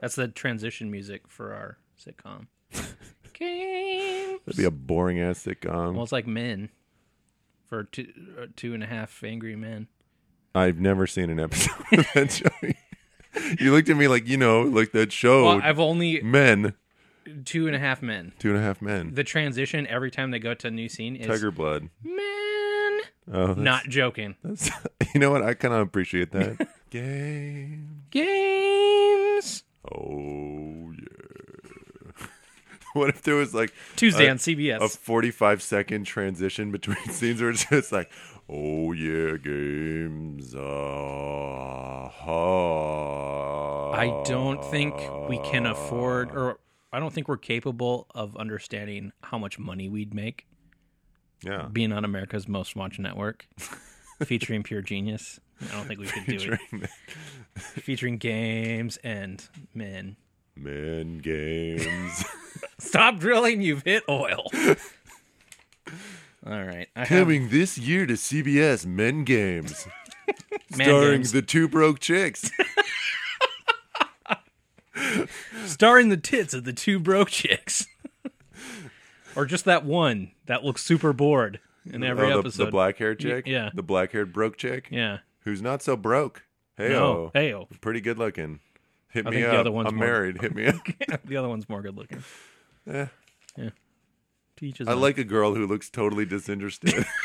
That's the transition music for our sitcom. That'd be a boring ass sitcom. Well, it's like men for two, uh, two and a half angry men. I've never seen an episode of that show. you looked at me like you know, like that show. Well, I've only men, two and a half men. two and a half men, The transition every time they go to a new scene is Tiger Blood. men. Oh, that's- Not joking. That's, you know what? I kind of appreciate that. Game. Games Oh yeah. what if there was like Tuesday a- on CBS. a forty-five second transition between scenes where it's just like, oh yeah, games. Uh, ha. I don't think we can afford, or I don't think we're capable of understanding how much money we'd make Yeah. being on America's Most Watched Network, featuring Pure Genius. I don't think we could do Featuring it. Featuring games and men. Men games. Stop drilling. You've hit oil. All right. I have Coming this year to CBS, Men Games, man starring games. the two broke chicks. starring the tits of the two broke chicks, or just that one that looks super bored in every Oh, the, episode. the black haired chick? yeah. The black haired broke chick? yeah. Who's not so broke. Hey, No. Hey, oh. Pretty good looking. Hit I me think up. the other one's I'm more- married. Hit me up. the other one's more good looking. Yeah. Yeah. Teaches. Eh. I like a girl who looks totally disinterested.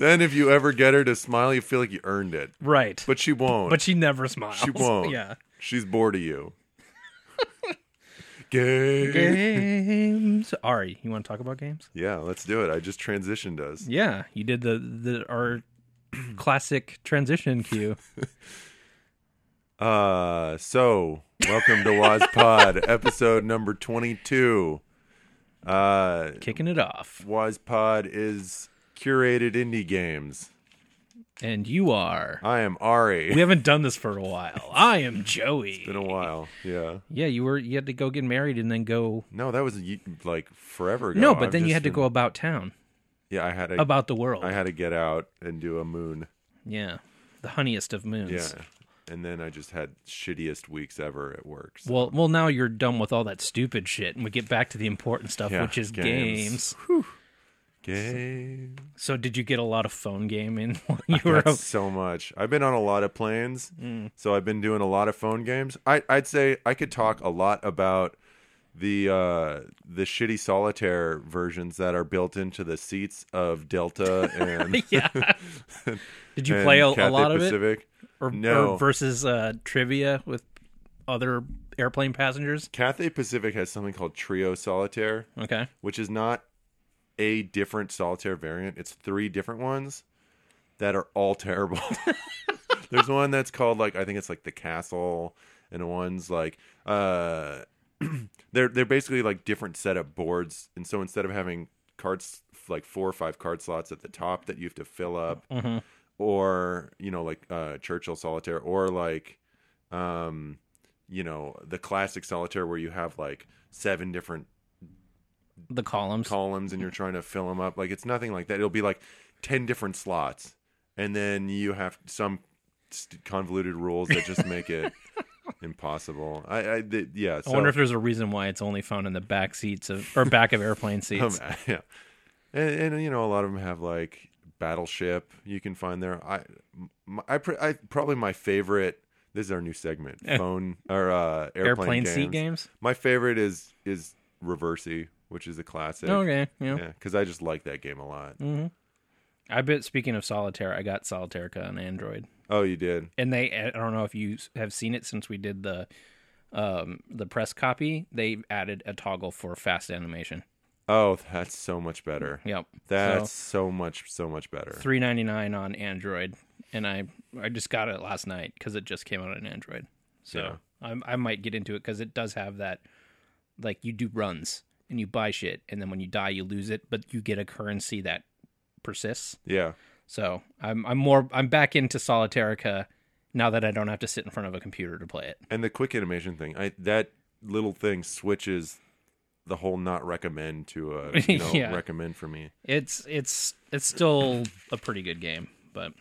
then, if you ever get her to smile, you feel like you earned it. right, but, But she won't. she never smiles. She won't. Yeah. She's bored of you. Gay. Games. Ari, you want to talk about games? Yeah, let's do it. I just transitioned us. Yeah, you did the the our classic transition cue. Uh, so welcome to WazPod, episode number twenty-two. Uh, Kicking it off, WazPod is curated indie games. and you are. I am Ari. We haven't done this for a while. I am Joey. Been a while. Yeah. Yeah, you were you had to go get married and then go. No, that was ye- like forever ago. No, but I've then you just had to been- go about town, Yeah, I had to. about the world. I had to get out and do a moon. yeah, the honeyest of moons. Yeah. And then I just had shittiest weeks ever at work. so- Well, well, now you're done with all that stupid shit, and we get back to the important stuff, Yeah, which is games. games. Game. So, did you get a lot of phone gaming while you were? Mm. That's so much. I've been on a lot of planes, so I've been doing a lot of phone games. I, I'd say I could talk a lot about the uh, the shitty solitaire versions that are built into the seats of Delta and yeah. did you and play a, a Cathay lot of it, Pacific. or, no. or versus uh, trivia with other airplane passengers? Cathay Pacific has something called Trio Solitaire, Okay. which is not a different solitaire variant. It's three different ones that are all terrible. There's one that's called like I think it's like the castle, and one's like uh, they're they're basically like different setup boards, and so instead of having cards like four or five card slots at the top that you have to fill up, or you know like uh, Churchill solitaire, or like um, you know the classic solitaire where you have like seven different The columns. columns and you're trying to fill them up. Like it's nothing like that. It'll be like 10 different slots. And then you have some st- convoluted rules that just make it impossible. I, I th- yeah. So, I wonder if there's a reason why it's only found in the back seats of or back of airplane seats. um, yeah. And, and you know, a lot of them have like battleship you can find there. I, m- I, pr- I probably my favorite, this is our new segment phone or uh, airplane, airplane games. seat games. My favorite is, is reversey, which is a classic. Okay, yeah. Yeah. Cause I just like that game a lot. Mm. I bet. Speaking of solitaire, I got Solitarica on Android, Oh, you did. and they. I don't know if you s- have seen it since we did the, um, the press copy. They added a toggle for fast animation. Oh, that's so much better. Yep. That's so, much, so much better. three ninety nine on Android, and I I just got it last night because it just came out on Android. So I'm- I might get into it because it does have that, like you do runs and you buy shit, and then when you die you lose it, but you get a currency that persists. Yeah. So I'm I'm more I'm back into Solitarica now that I don't have to sit in front of a computer to play it. And the quick animation thing, I that little thing switches the whole not recommend to a you know, Yeah. recommend for me. It's it's it's still a pretty good game, but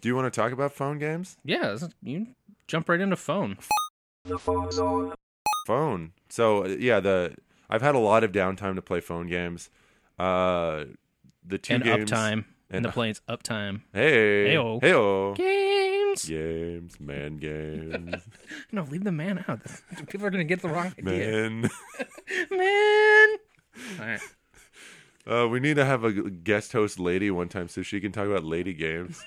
Do you want to talk about phone games? yeah, this is- you Jump right into phone. phone. So yeah, the I've had a lot of downtime to play phone games. Uh, the two and games. uptime. and- And the plane's uptime. Hey. Heyo. Heyo. Games. Games, man, games, No, leave the man out. People are gonna get the wrong idea. man. Man. All right. Uh, we need to have a guest host lady one time so she can talk about lady games.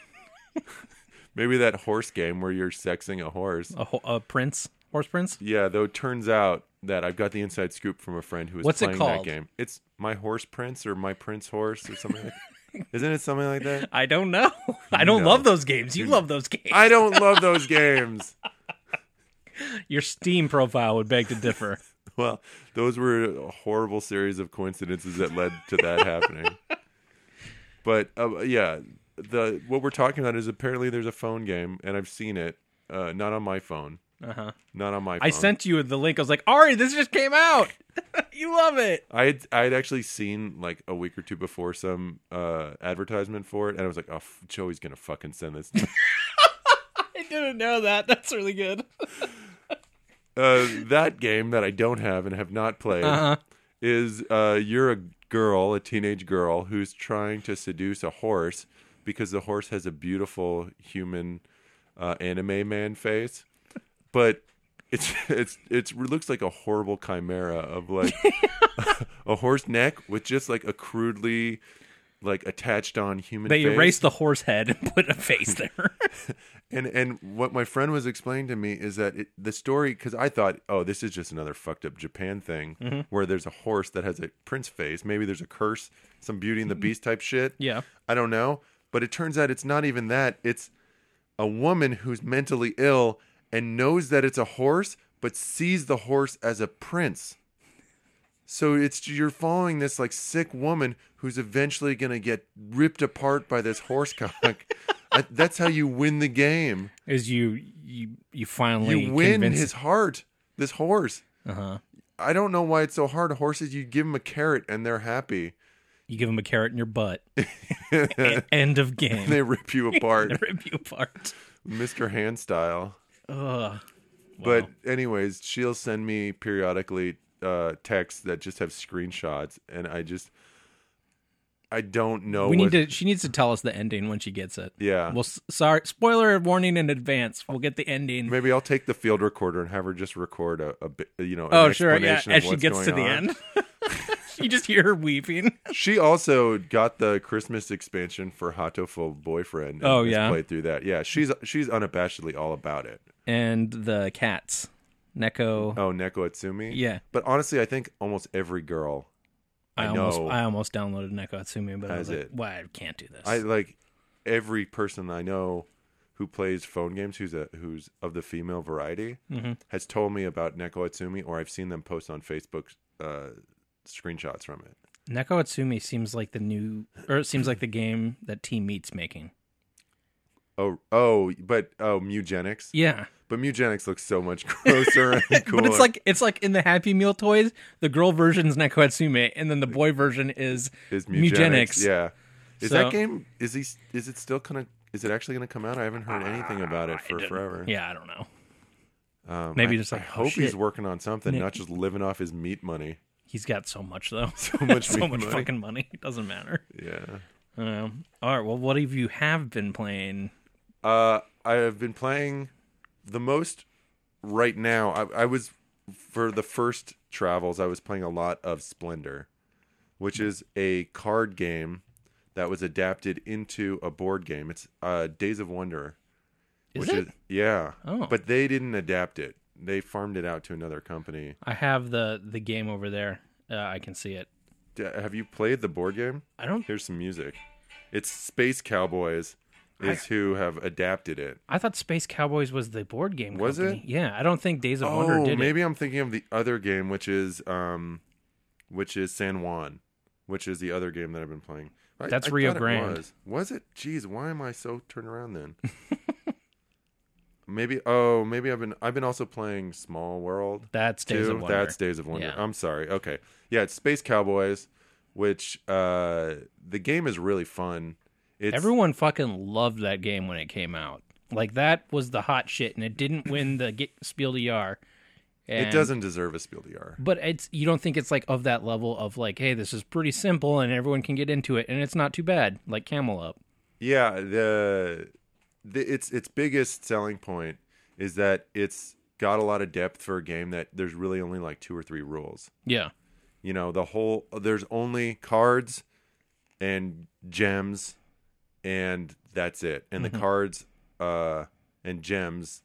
Maybe that horse game where you're sexing a horse. A, ho- a prince, horse prince. Yeah, though it turns out that I've got the inside scoop from a friend who was What's it playing that called? game. It's my horse prince or my prince horse or something like that. Isn't it something like that? I don't know. I don't No. love those games. You love those games. I don't love those games. Your Steam profile would beg to differ. Well, those were a horrible series of coincidences that led to that happening. But uh, yeah, the what we're talking about is apparently there's a phone game, and I've seen it. Uh, not on my phone. Uh huh. Not on my. phone. I sent you the link. I was like, Ari, this just came out. you love it. I had I had actually seen like a week or two before some uh, advertisement for it, and I was like, "Oh, f- Joey's gonna fucking send this." to me." I didn't know that. That's really good. uh, that game that I don't have and have not played Uh-huh. is uh, you're a girl, a teenage girl who's trying to seduce a horse because the horse has a beautiful human uh, anime man face, but. It's it's it's it looks like a horrible chimera of like a horse neck with just like a crudely like attached on human. They face. erased the horse head and put a face there. And and what my friend was explaining to me is that it, the story, because I thought, oh, this is just another fucked up Japan thing where there's a horse that has a prince face. Maybe there's a curse, some Beauty and the Beast type shit. yeah. I don't know. But it turns out it's not even that. It's a woman who's mentally ill and knows that it's a horse, but sees the horse as a prince. So it's you're following this like sick woman who's eventually gonna get ripped apart by this horse cock. I, that's how you win the game. Is you you you finally You win convince- his heart. This horse. Uh-huh. I don't know why it's so hard. Horses, you give them a carrot and they're happy. You give him a carrot in your butt. E- End of game. They rip you apart, rip you apart. Mr. Hand style. Ugh. But anyways, she'll send me periodically uh texts that just have screenshots and I just I don't know We what- need to. She needs to tell us the ending when she gets it. Yeah. Well, s- sorry. Spoiler warning in advance. We'll get the ending. Maybe I'll take the field recorder and have her just record a, a bit, you know, an oh, sure. Yeah. explanation of As she what's gets to going the on. end, you just hear her weeping. She also got the Christmas expansion for Hatofu Boyfriend. and Oh, has yeah? played through that. Yeah, she's she's unabashedly all about it. And the cats, Neko. Oh, Neko Atsumi. Yeah. but honestly, I think almost every girl I, I, know almost I almost downloaded Neko Atsumi, but I was Has like, it. "Why I can't do this." I like every person I know who plays phone games who's a who's of the female variety Mm-hmm. has told me about Neko Atsumi or I've seen them post on Facebook uh, screenshots from it. Neko Atsumi seems like the new, or it seems like the game that Team Meat's making. Oh oh but oh Mugenics. Yeah, But Mugenics looks so much grosser and cooler. but it's like it's like in the Happy Meal toys, the girl version's Neko Atsumi, and then the boy version is is Mugenics. Yeah. Is So- that game is he is it still gonna is it actually gonna come out? I haven't heard anything about it for forever. Yeah, I don't know. Um, Maybe I, just like, I oh, hope he's shit. working on something, not just living off his meat money. He's got so much though, so much so meat much money. fucking money. It doesn't matter. Yeah. Um, all right, well, what have you have been playing? Uh, I have been playing the most right now. I, I was for the first travels. I was playing a lot of Splendor, which is a card game that was adapted into a board game. It's uh, Days of Wonder. Is which it? is yeah, Oh. but they didn't adapt it. They farmed it out to another company. I have the the game over there. Uh, I can see it. D- have you played the board game? I don't. Here's some music. It's Space Cowboys is who have adapted it. I thought Space Cowboys was the board game. Was company. Yeah, I don't think Days of Wonder Oh, did it. maybe I'm thinking of the other game, which is um, which is San Juan, which is the other game that I've been playing. I- That's I Rio thought it Grande. Was. was it? Jeez, why am I so turned around then? maybe. Oh, maybe I've been. I've been also playing Small World. That's Days of too. Wonder. That's Days of Wonder. Yeah. I'm sorry. Okay. Yeah, it's Space Cowboys, which uh, the game is really fun. It's Everyone fucking loved that game when it came out. Like that was the hot shit, and it didn't win the get, Spiel des Jahres. It And- doesn't deserve a Spiel des Jahres. But it's you don't think it's like of that level of like, hey, this is pretty simple and everyone can get into it, and it's not too bad. Like Camel Up. Yeah, the, the its its biggest selling point is that it's got a lot of depth for a game that there's really only like two or three rules. Yeah. You know, the whole there's only cards and gems and that's it. And Mm-hmm. the cards uh and gems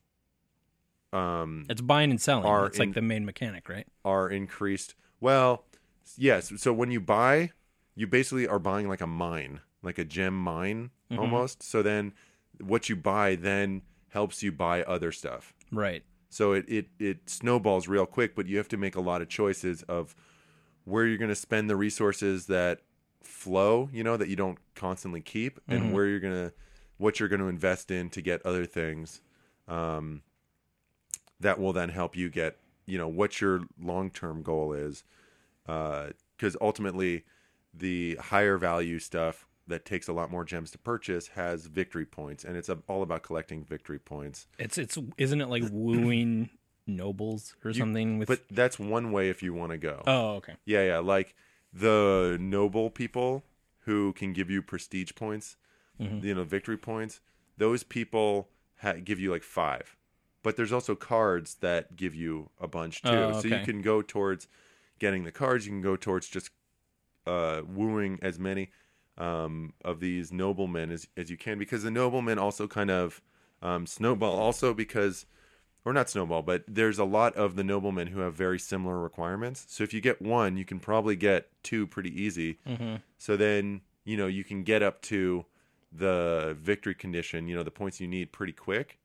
um It's buying and selling. Are it's in- like the main mechanic, right? are increased. Well, yes. So when you buy, you basically are buying like a mine, like a gem mine almost. So then what you buy then helps you buy other stuff. Right. So it, it, it snowballs real quick, but you have to make a lot of choices of where you're going to spend the resources that flow, you know, that you don't constantly keep, and where you're going to, what you're going to invest in to get other things um, that will then help you get, you know, what your long term goal is. Because ultimately, the higher value stuff that takes a lot more gems to purchase has victory points, and it's uh, all about collecting victory points. It's it's isn't it like wooing nobles or something with But that's one way if you want to go. Oh, okay. Yeah, yeah. Like the noble people who can give you prestige points, Mm-hmm. you know, victory points. Those people ha- give you like five, but there's also cards that give you a bunch too. Oh, So you okay. can go towards getting the cards. You can go towards just uh, wooing as many um, of these noblemen as as you can, because the noblemen also kind of um, snowball. Also because or not snowball, but there's a lot of the noblemen who have very similar requirements. So if you get one, you can probably get two pretty easy. So then you know you can get up to the victory condition, you know the points you need pretty quick,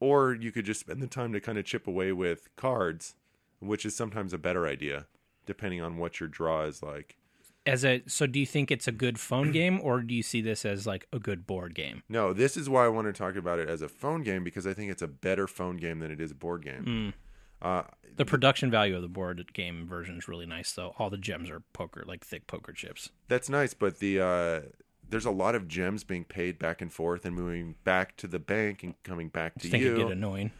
or you could just spend the time to kind of chip away with cards, which is sometimes a better idea, depending on what your draw is like. As a so do you think it's a good phone game or do you see this as like a good board game? No, this is why I want to talk about it as a phone game because I think it's a better phone game than it is a board game. Uh, The production value of the board game version is really nice though. All the gems are poker like thick poker chips. That's nice, but the uh, there's a lot of gems being paid back and forth and moving back to the bank and coming back to I think you. it'd get annoying.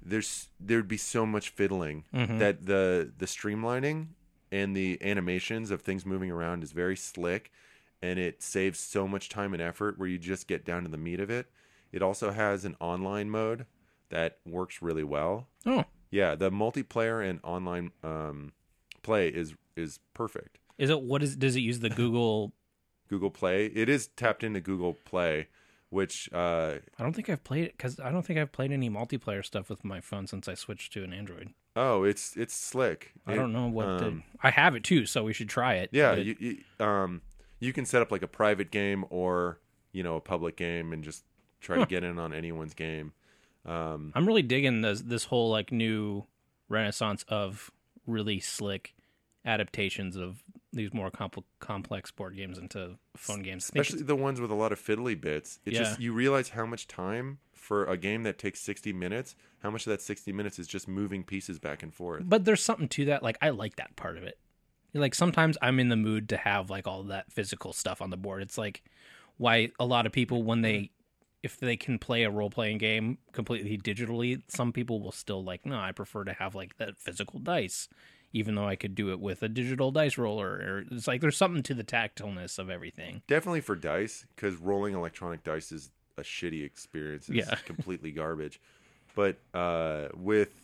There's there'd be so much fiddling that the the streamlining and the animations of things moving around is very slick, and it saves so much time and effort where you just get down to the meat of it. It also has an online mode that works really well. Oh. Yeah, the multiplayer and online um, play is is perfect. Is it what is does it use the Google Google Play. It is tapped into Google Play, which uh, I don't think I've played it because I don't think I've played any multiplayer stuff with my phone since I switched to an Android. oh, it's it's slick. I don't know what the the, I have it too, so we should try it. um, yeah, but- you, you um you can set up like a private game or you know a public game and just try to get in on anyone's game. Um, I'm really digging this this whole like new renaissance of really slick adaptations of these more compl- complex board games into phone games. I think Especially the ones with a lot of fiddly bits. It's just you realize how much time for a game that takes 60 minutes, how much of that 60 minutes is just moving pieces back and forth. it's- but there's something to that. Like I like that part of it. Like sometimes I'm in the mood to have like all that physical stuff on the board. It's like why a lot of people when they if they can play a role playing game completely digitally, some people will still like, no, I prefer to have like that physical dice, even though I could do it with a digital dice roller. Or it's like there's something to the tactileness of everything. Definitely for dice, because rolling electronic dice is a shitty experience. It's Yeah. completely garbage. But uh, with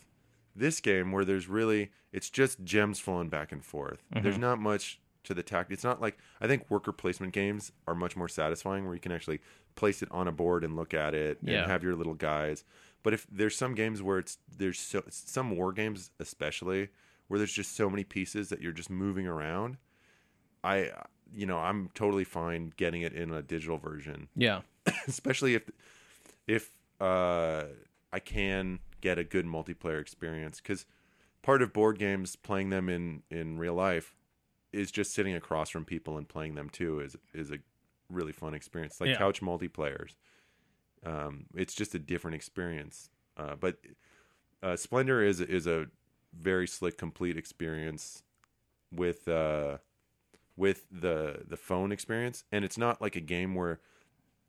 this game, where there's really, it's just gems flowing back and forth. There's not much to the tact. It's not like I think worker placement games are much more satisfying, where you can actually place it on a board and look at it Yeah. and have your little guys. But if there's some games where it's there's so, some war games especially where there's just so many pieces that you're just moving around. I you know, I'm totally fine getting it in a digital version, Yeah. especially if if uh I can get a good multiplayer experience cuz part of board games playing them in in real life is just sitting across from people and playing them too is is a really fun experience like Yeah. couch multiplayers. Um it's just a different experience. Uh but uh Splendor is is a very slick complete experience with uh with the the phone experience and it's not like a game where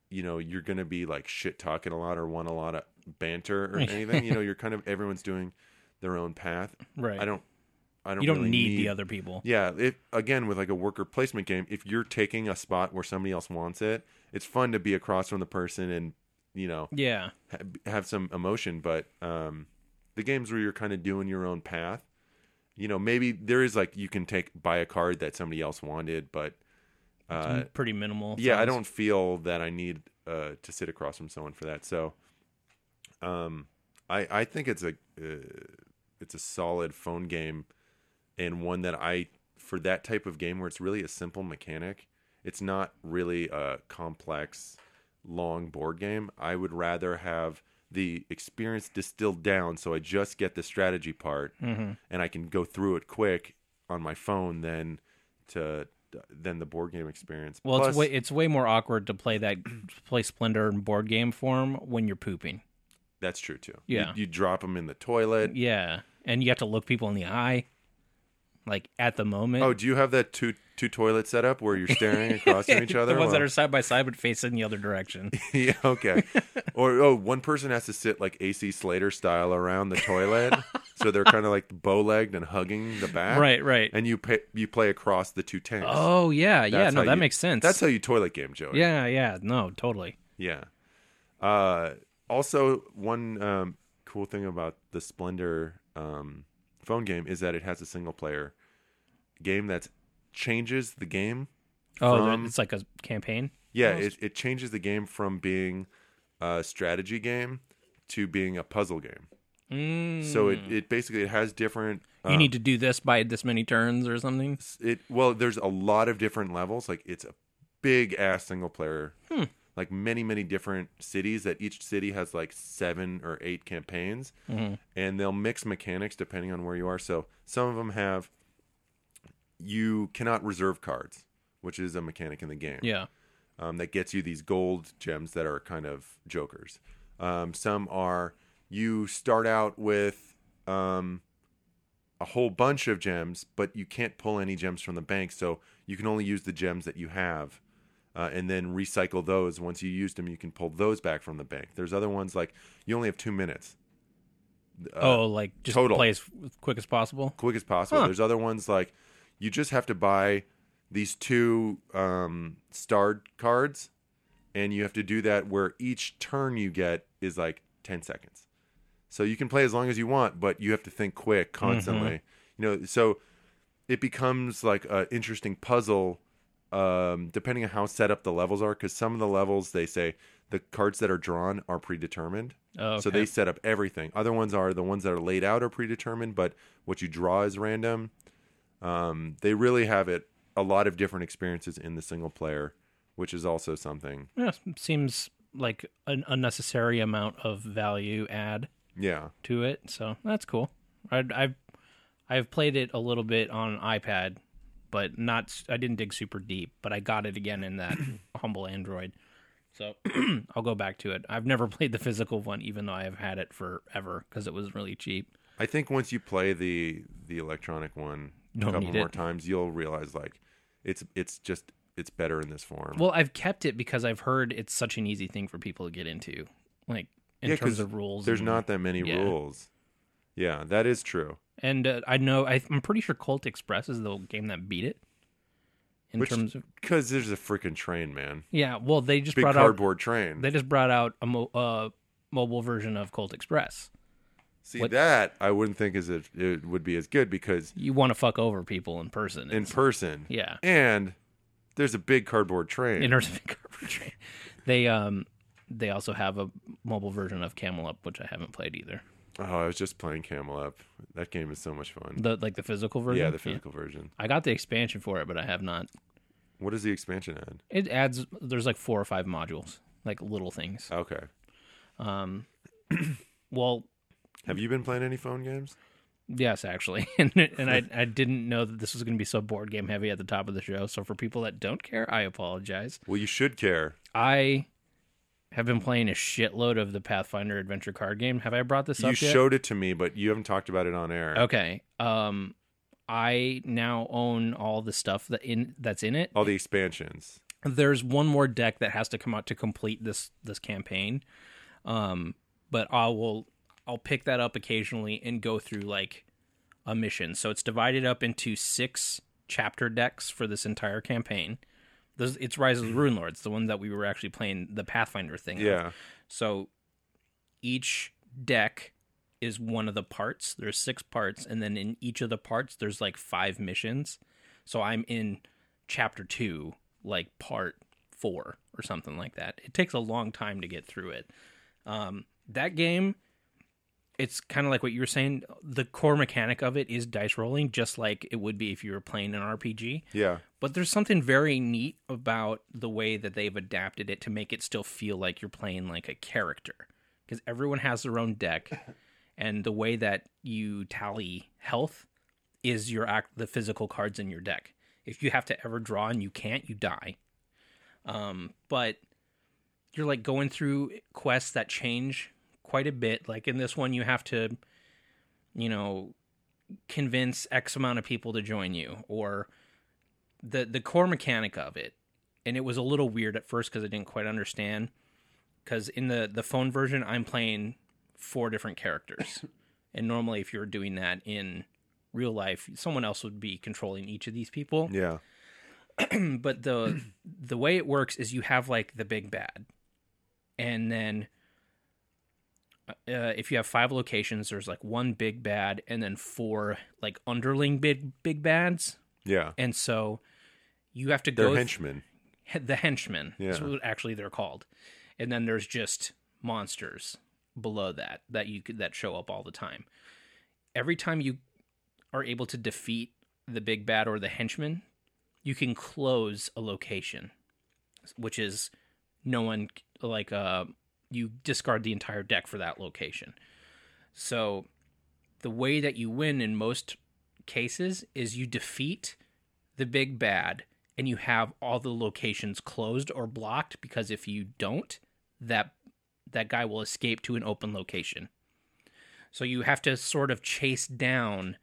you know you're gonna be like shit talking a lot or want a lot of banter or anything. you know, you're kind of everyone's doing their own path. Right. I don't. I don't. you don't really need, the other people. Yeah, it again with like a worker placement game, if you're taking a spot where somebody else wants it, it's fun to be across from the person and you know Yeah. ha- have some emotion. But um, the games where you're kind of doing your own path, you know, maybe there is like you can take buy a card that somebody else wanted, but It's uh, pretty minimal. yeah, I things. don't feel that I need uh, to sit across from someone for that. So, um, I I think it's a uh, it's a solid phone game, and one that I for that type of game where it's really a simple mechanic. It's not really a complex, long board game. I would rather have the experience distilled down, so I just get the strategy part, Mm-hmm. and I can go through it quick on my phone than to than the board game experience. Well, Plus- it's way it's way more awkward to play that play Splendor in board game form when you're pooping. That's true too. Yeah. you, you drop them in the toilet. Yeah, and you have to look people in the eye, like at the moment. Oh, do you have that two two toilet setup where you're staring across from each other? the ones that Well, are side by side but facing the other direction. yeah, okay. or oh, one person has to sit like AC Slater style around the toilet, so they're kind of like bow legged and hugging the back. right, right. And you pay, you play across the two tanks. Oh yeah, yeah. That's No, how that you- makes sense. That's how you toilet game, Joey. yeah, yeah. No, totally. Yeah. Uh, also, one um, cool thing about the Splendor um, phone game is that it has a single player game that changes the game. Oh, From- it's like a campaign. Yeah, it, Almost. it changes the game from being a strategy game to being a puzzle game. Mm. So it, it basically it has different. uh, you need to do this by this many turns or something. it well there's a lot of different levels like it's a big ass single player like many many different cities that each city has like seven or eight campaigns and they'll mix mechanics depending on where you are so some of them have you cannot reserve cards which is a mechanic in the game Yeah. um, that gets you these gold gems that are kind of jokers. Um, some are you start out with um, a whole bunch of gems, but you can't pull any gems from the bank, so you can only use the gems that you have. Uh, and then recycle those. Once you used them, you can pull those back from the bank. There's other ones like you only have two minutes. Uh, oh, like just total. play as quick as possible. quick as possible. Huh. There's other ones like you just have to buy these two um, starred cards, and you have to do that where each turn you get is like 10 seconds. So you can play as long as you want, but you have to think quick constantly. You know, so it becomes like an interesting puzzle um, depending on how set up the levels are. Because some of the levels they say the cards that are drawn are predetermined. Oh, So okay. they set up everything. Other ones are the ones that are laid out are predetermined, but what you draw is random. Um, they really have it a lot of different experiences in the single player, which is also something. Yeah, s- seems like an unnecessary amount of value add Yeah, to it. So that's cool. I, I've I've played it a little bit on iPad, but not. s- I didn't dig super deep, but I got it again in that humble Android. So I'll go back to it. I've never played the physical one, even though I have had it forever because it was really cheap. I think once you play the the electronic one a Don't couple need more it. times, you'll realize like it's it's just it's better in this form. Well, I've kept it because I've heard it's such an easy thing for people to get into, like in Yeah, 'cause terms of rules. There's and- not that many yeah. rules. Yeah, that is true. And uh, I know I, I'm pretty sure Colt Express is the game that beat it. In Which- terms of Because there's a freaking train, man. yeah, well they just Big brought out cardboard train. they just brought out a mo- uh, mobile version of Colt Express. See what- that I wouldn't think is a, it would be as good because You want to fuck over people in person. in It's- person yeah, and there's a big cardboard train. in terms of cover train. They um they also have a mobile version of Camel Up, which I haven't played either. oh, I was just playing Camel Up. That game is so much fun. The like the physical version. yeah, the physical version. I got the expansion for it, but I have not. What does the expansion add? It adds there's like four or five modules, like little things. Okay. Um, well, Have you been playing any phone games? Yes, actually, and and I I didn't know that this was going to be so board game heavy at the top of the show. So for people that don't care, I apologize. Well, you should care. I have been playing a shitload of the Pathfinder adventure card game. Have I brought this you up yet? showed it to me, but you haven't talked about it on air. okay. Um, I now own all the stuff that in that's in it. All the expansions. there's one more deck that has to come out to complete this this campaign. Um, but I will I'll pick that up occasionally and go through like a mission. So it's divided up into six chapter decks for this entire campaign. Those it's Rise of the Rune Lords, the one that we were actually playing the Pathfinder thing. of. Yeah. So each deck is one of the parts. There's six parts, and then in each of the parts, there's like five missions. So I'm in chapter two, like part four or something like that. It takes a long time to get through it. Um, that game, it's kind of like what you were saying. The core mechanic of it is dice rolling, just like it would be if you were playing an RPG. Yeah. But there's something very neat about the way that they've adapted it to make it still feel like you're playing like a character. Because everyone has their own deck, and the way that you tally health is your act the physical cards in your deck. If you have to ever draw and you can't, you die. Um, but you're like going through quests that change quite a bit. Like in this one, you have to, you know, convince X amount of people to join you, or the the core mechanic of it and it was a little weird at first because i didn't quite understand because in the the phone version i'm playing four different characters and normally if you were doing that in real life someone else would be controlling each of these people Yeah. but the the way it works is you have like the big bad and then uh, if you have five locations there's like one big bad and then four like underling big big bads Yeah. and so you have to They're go th- henchmen. the henchmen. That's Yeah. what actually they're called. And then there's just monsters below that that you could, that show up all the time. Every time you are able to defeat the big bad or the henchman, you can close a location, which is no one like uh you discard the entire deck for that location. So the way that you win in most cases is you defeat the big bad and you have all the locations closed or blocked because if you don't that that guy will escape to an open location so you have to sort of chase down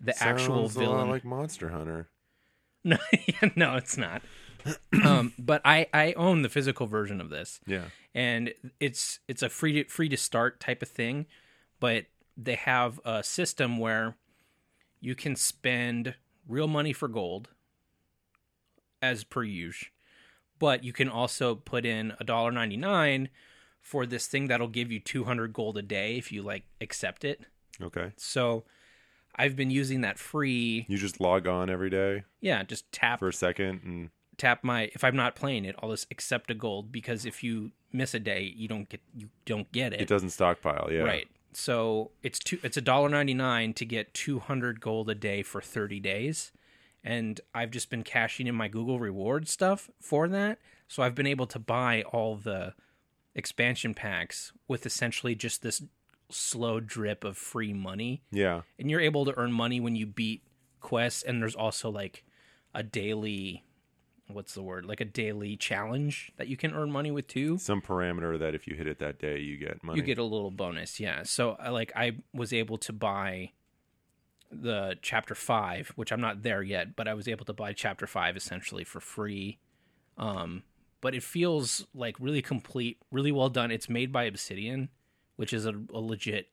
the actual Sounds a lot villain like Monster Hunter. no, yeah, no it's not um, but I, I own the physical version of this Yeah. and it's it's a free to, free to start type of thing, but they have a system where you can spend real money for gold as per usual, but you can also put in a dollar ninety nine for this thing that'll give you two hundred gold a day if you like accept it. Okay. So I've been using that free, You just log on every day yeah, just tap for a second and tap my if I'm not playing it, I'll just accept a gold because if you miss a day, you don't get you don't get it doesn't stockpile. Yeah. Right. So it's two. It's a dollar ninety nine to get two hundred gold a day for thirty days, and I've just been cashing in my Google reward stuff for that. So I've been able to buy all the expansion packs with essentially just this slow drip of free money, Yeah. and you're able to earn money when you beat quests. And there's also like a daily, what's the word? Like a daily challenge that you can earn money with too Some parameter that if you hit it that day, you get money. you get a little bonus yeah so I like i was able to buy the chapter 5 which i'm not there yet but i was able to buy chapter 5 essentially for free um but it feels like really complete really well done it's made by obsidian which is a, a legit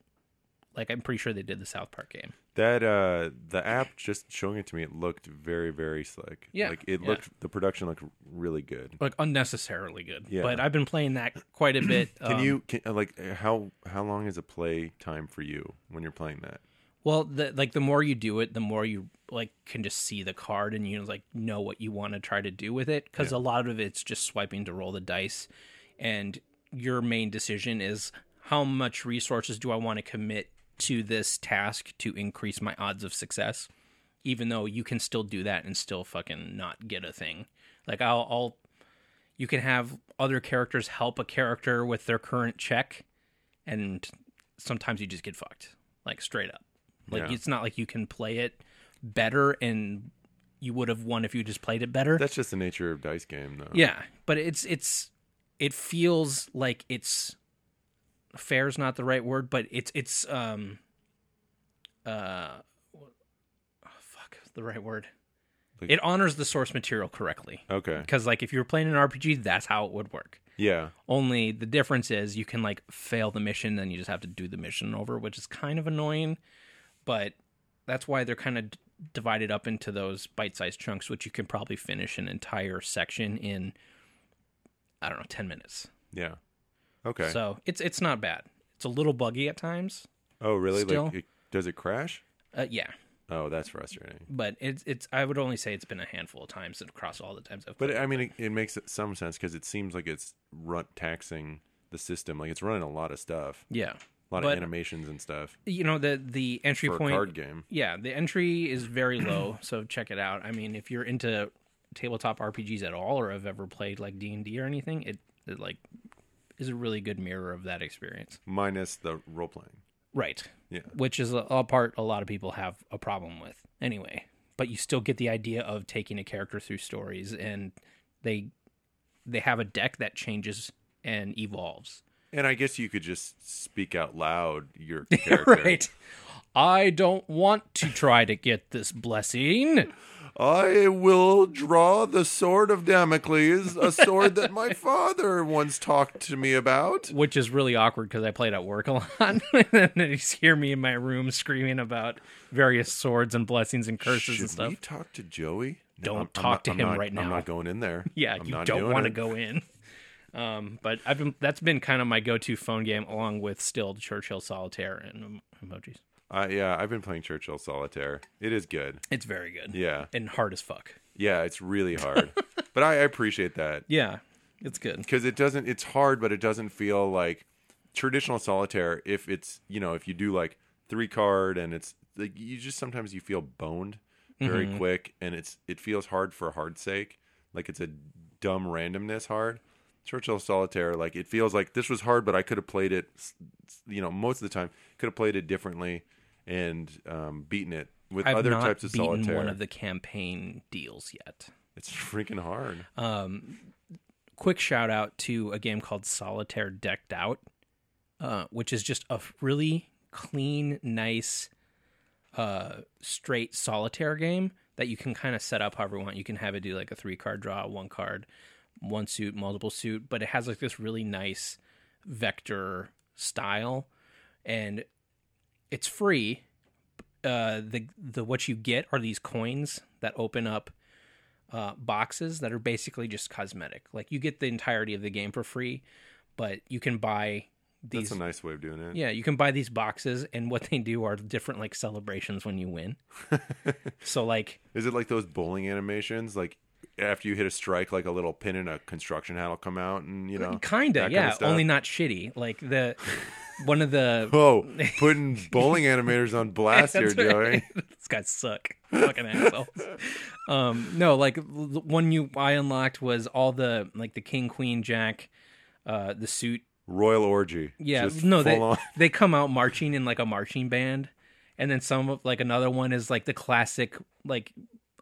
like i'm pretty sure they did the south park game That uh the app just showing it to me, it looked very, very slick. Yeah, Like it yeah. looked the production looked really good. like unnecessarily good Yeah. but i've been playing that quite a bit Can um, you can, uh, like how how long is a play time for you when you're playing that? Well, the, like the more you do it, the more you like can just see the card and you like know what you want to try to do with it because a lot of it's just swiping to roll the dice, and your main decision is how much resources do I want to commit to this task to increase my odds of success. Even though you can still do that and still fucking not get a thing, like I'll, I'll you can have other characters help a character with their current check, and sometimes you just get fucked like straight up. Like Yeah. it's not like you can play it better and you would have won if you just played it better. That's just the nature of dice game though. yeah, but it's it's it feels like it's fair is not the right word, but it's it's um uh wh- fuck the right word. Like, It honors the source material correctly. okay. Because like if you were playing an RPG, that's how it would work. Yeah. Only the difference is you can like fail the mission, then you just have to do the mission over, which is kind of annoying. But that's why they're kind of d- divided up into those bite-sized chunks, which you can probably finish an entire section in, I don't know, ten minutes. Yeah. Okay. So it's it's not bad. It's a little buggy at times. oh, really? still- Like, it, does it crash? Uh, yeah, Oh, that's frustrating. but it's it's. I would only say it's been a handful of times across all the times I've played. But I mean, it, it makes some sense because it seems like it's run- taxing the system. Like it's running a lot of stuff, yeah, a lot But- of animations and stuff you know the the entry for point. a card game. Yeah, the entry is very low, so check it out. I mean, if you're into tabletop RPGs at all, or have ever played like D and D or anything, it, it like is a really good mirror of that experience. minus the role playing. Right. Yeah. Which is a, a part a lot of people have a problem with anyway. But you still get the idea of taking a character through stories and they they have a deck that changes and evolves. And I guess you could just speak out loud your character. I don't want to try to get this blessing. I will draw the sword of Damocles, a sword that my father once talked to me about. Which is really awkward because I played at work a lot. and then you just hear me in my room screaming about various swords and blessings and curses Should and stuff. we talk to Joey? No, Don't talk to him not- right now. I'm not going in there. Yeah, I'm you not don't doing want to it. go in. Um, but I've been that's been kind of my go-to phone game, along with still Churchill Solitaire and em- emojis. Uh, yeah, I've been playing Churchill Solitaire. It is good. It's very good. Yeah, and hard as fuck. yeah, it's really hard, but I, I appreciate that Yeah, it's good. because it doesn't. It's hard, but it doesn't feel like traditional solitaire. If it's you know, if you do like three card and it's like you just sometimes you feel boned very Mm-hmm. quick, and it's it feels hard for hard sake. Like it's a dumb randomness hard. Churchill Solitaire, like it feels like this was hard, but I could have played it. s- s- You know, most of the time could have played it differently and um, beaten it with I've other not types of beaten solitaire. one of the campaign deals yet. It's freaking hard. Quick shout out to a game called Solitaire Decked Out, uh, which is just a really clean, nice, uh, straight solitaire game that you can kind of set up however you want. You can have it do like a three card draw, one card, one suit, multiple suit, but it has like this really nice vector style, and it's free. Uh, the the what you get are these coins that open up uh, boxes that are basically just cosmetic. Like you get the entirety of the game for free, but you can buy these That's a nice way of doing it. yeah, you can buy these boxes, and what they do are different like celebrations when you win. so like, Is it like those bowling animations? Like after you hit a strike, like a little pin in a construction hat will come out, and you know, kinda, Oh, that yeah, kinda stuff. only not shitty. Like the one of the Oh, putting bowling animators on blast here, That's Joey. right. These guys suck. Fucking assholes. Um, no, like the one you I unlocked was all the like the king, queen, jack, uh, the suit. Royal orgy. Yeah, Just no, full they on. they come out marching in like a marching band, and then some of like another one is like the classic like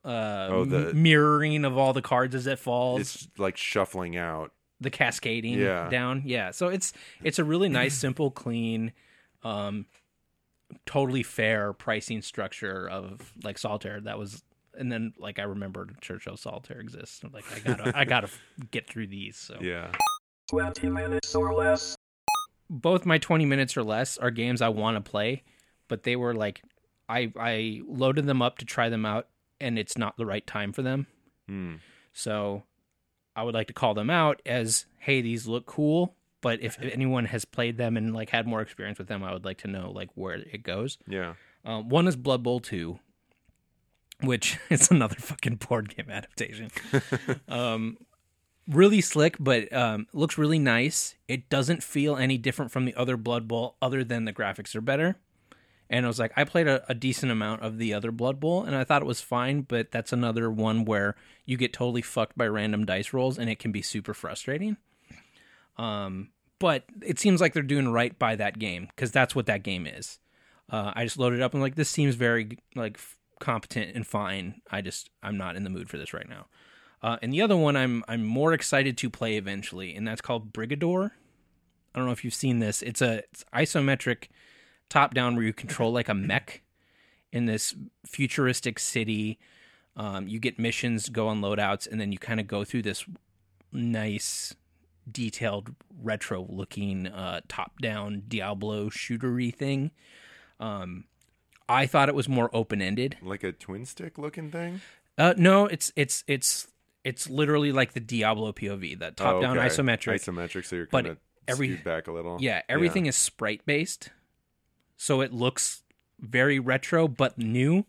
uh Oh, the- mirroring of all the cards as it falls It's like shuffling out. the cascading Yeah. down. Yeah. So it's it's a really nice, simple, clean, um, totally fair pricing structure of like Solitaire. That was, and then like I remembered Churchill Solitaire exists. I'm like I gotta I gotta get through these. So Yeah. 20 minutes or less. both my 20 minutes or less are games I want to play, but they were like I I loaded them up to try them out, and it's not the right time for them. Hmm. So I would like to call them out as, hey, these look cool. But if anyone has played them and like had more experience with them, I would like to know like where it goes. Yeah. Um, one is Blood Bowl two, which is another fucking board game adaptation. um, really slick, but um, looks really nice. It doesn't feel any different from the other Blood Bowl, other than the graphics are better. And I was like, I played a, a decent amount of the other Blood Bowl, and I thought it was fine. But that's another one where you get totally fucked by random dice rolls, and it can be super frustrating. Um, but it seems like they're doing right by that game because that's what that game is. Uh, I just loaded it up and like this seems very like f- competent and fine. I just I'm not in the mood for this right now. Uh, and the other one I'm I'm more excited to play eventually, and that's called Brigador. I don't know if you've seen this. It's a it's isometric top down where you control like a mech in this futuristic city. Um, you get missions, go on loadouts, and then you kind of go through this nice, detailed, retro-looking uh, top-down Diablo shootery thing. Um, I thought it was more open-ended. Like a twin stick looking thing? Uh, no, it's it's it's it's literally like the Diablo POV, that Oh, top-down okay. isometric. Isometric, so you're But kind of every- skewed back a little. Yeah, everything is sprite based, so it looks very retro but new.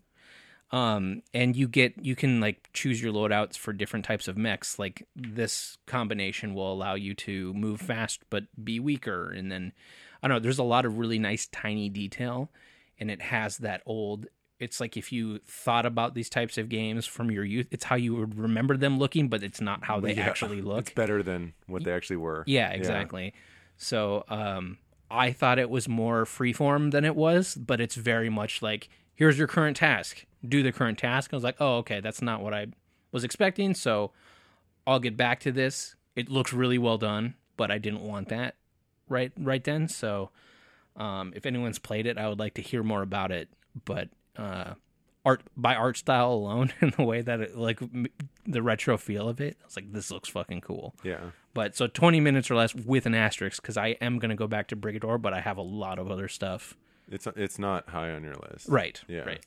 Um, and you get you can like choose your loadouts for different types of mechs. Like this combination will allow you to move fast but be weaker, and then I don't know. There's a lot of really nice tiny detail, and it has that old. It's like if you thought about these types of games from your youth, it's how you would remember them looking, but it's not how they Yeah. actually look. It's better than what they actually were. Yeah, exactly. So um, I thought it was more freeform than it was, but it's very much like here's your current task, do the current task. I was like, oh, okay, that's not what I was expecting. So I'll get back to this. It looks really well done, but I didn't want that right right then. So um, if anyone's played it, I would like to hear more about it. But uh, art by art style alone, and the way that it like m- the retro feel of it, I was like, this looks fucking cool. Yeah. But so 20 minutes or less with an asterisk because I am going to go back to Brigador, but I have a lot of other stuff. It's it's not high on your list. Right. Yeah. Right.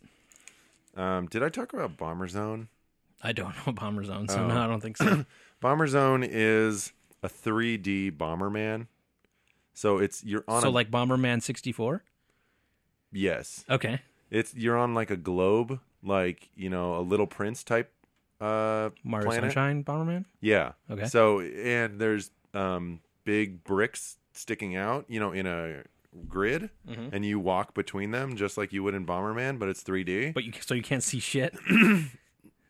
Um, did I talk about Bomber Zone? I don't know Bomber Zone, Oh. so no, I don't think so. Bomber Zone is a 3D Bomberman. So it's you're on so a like Bomberman 64? yes. Okay. It's you're on like a globe, like, you know, a little prince type uh Mario planet. Sunshine Bomberman? Yeah. Okay. So and there's um big bricks sticking out, you know, in a grid Mm-hmm. and you walk between them just like you would in Bomberman, but it's 3D. But you so you can't see shit.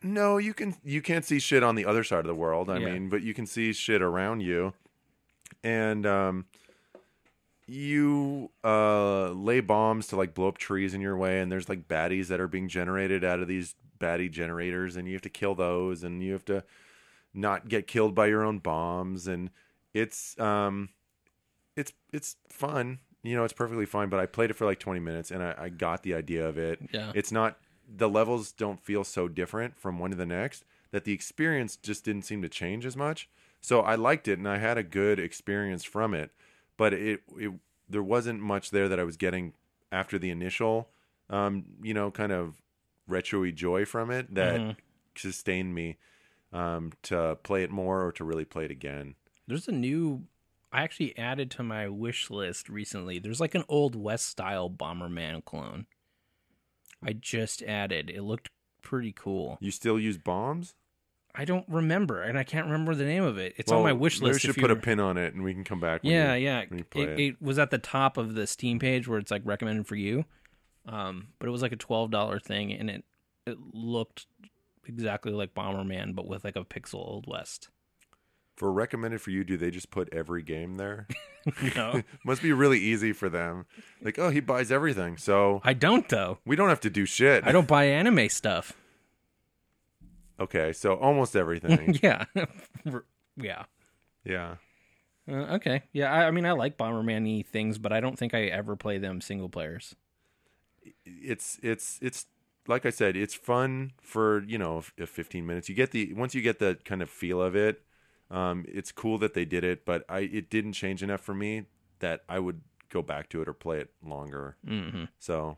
No, you can you can't see shit on the other side of the world. I Yeah. mean, but you can see shit around you, and um, you uh, lay bombs to like blow up trees in your way, and there's like baddies that are being generated out of these baddie generators, and you have to kill those, and you have to not get killed by your own bombs, and it's um, it's it's fun. You know, it's perfectly fine. But I played it for like 20 minutes, and I, I got the idea of it Yeah. it's not the levels don't feel so different from one to the next that the experience just didn't seem to change as much. So I liked it and I had a good experience from it, but it it there wasn't much there that I was getting after the initial um you know kind of retroy joy from it that Mm-hmm. sustained me um to play it more or to really play it again. There's a new. I actually added to my wish list recently. There's like an old West style Bomberman clone. I just added. It looked pretty cool. You still use bombs? I don't remember, and I can't remember the name of it. It's on my Well, wish maybe list. We if should you put a re- pin on it and we can come back. when Yeah, you- yeah. when you play It, it. it. was at the top of the Steam page where it's like recommended for you. Um, but it was like a twelve dollar thing, and it it looked exactly like Bomberman, but with like a pixel Old West. For recommended for you, do they just put every game there? No, Must be really easy for them. Like, oh, he buys everything, so I don't though. we don't have to do shit. I don't buy anime stuff. Okay, so almost everything. Yeah, R- yeah. yeah. Uh, okay, yeah. I, I mean, I like Bomberman-y things, but I don't think I ever play them single players. It's it's it's like I said, it's fun for, you know, f- if 15 minutes. You get the once you get the kind of feel of it, um it's cool that they did it, but I it didn't change enough for me that I would go back to it or play it longer. hmm So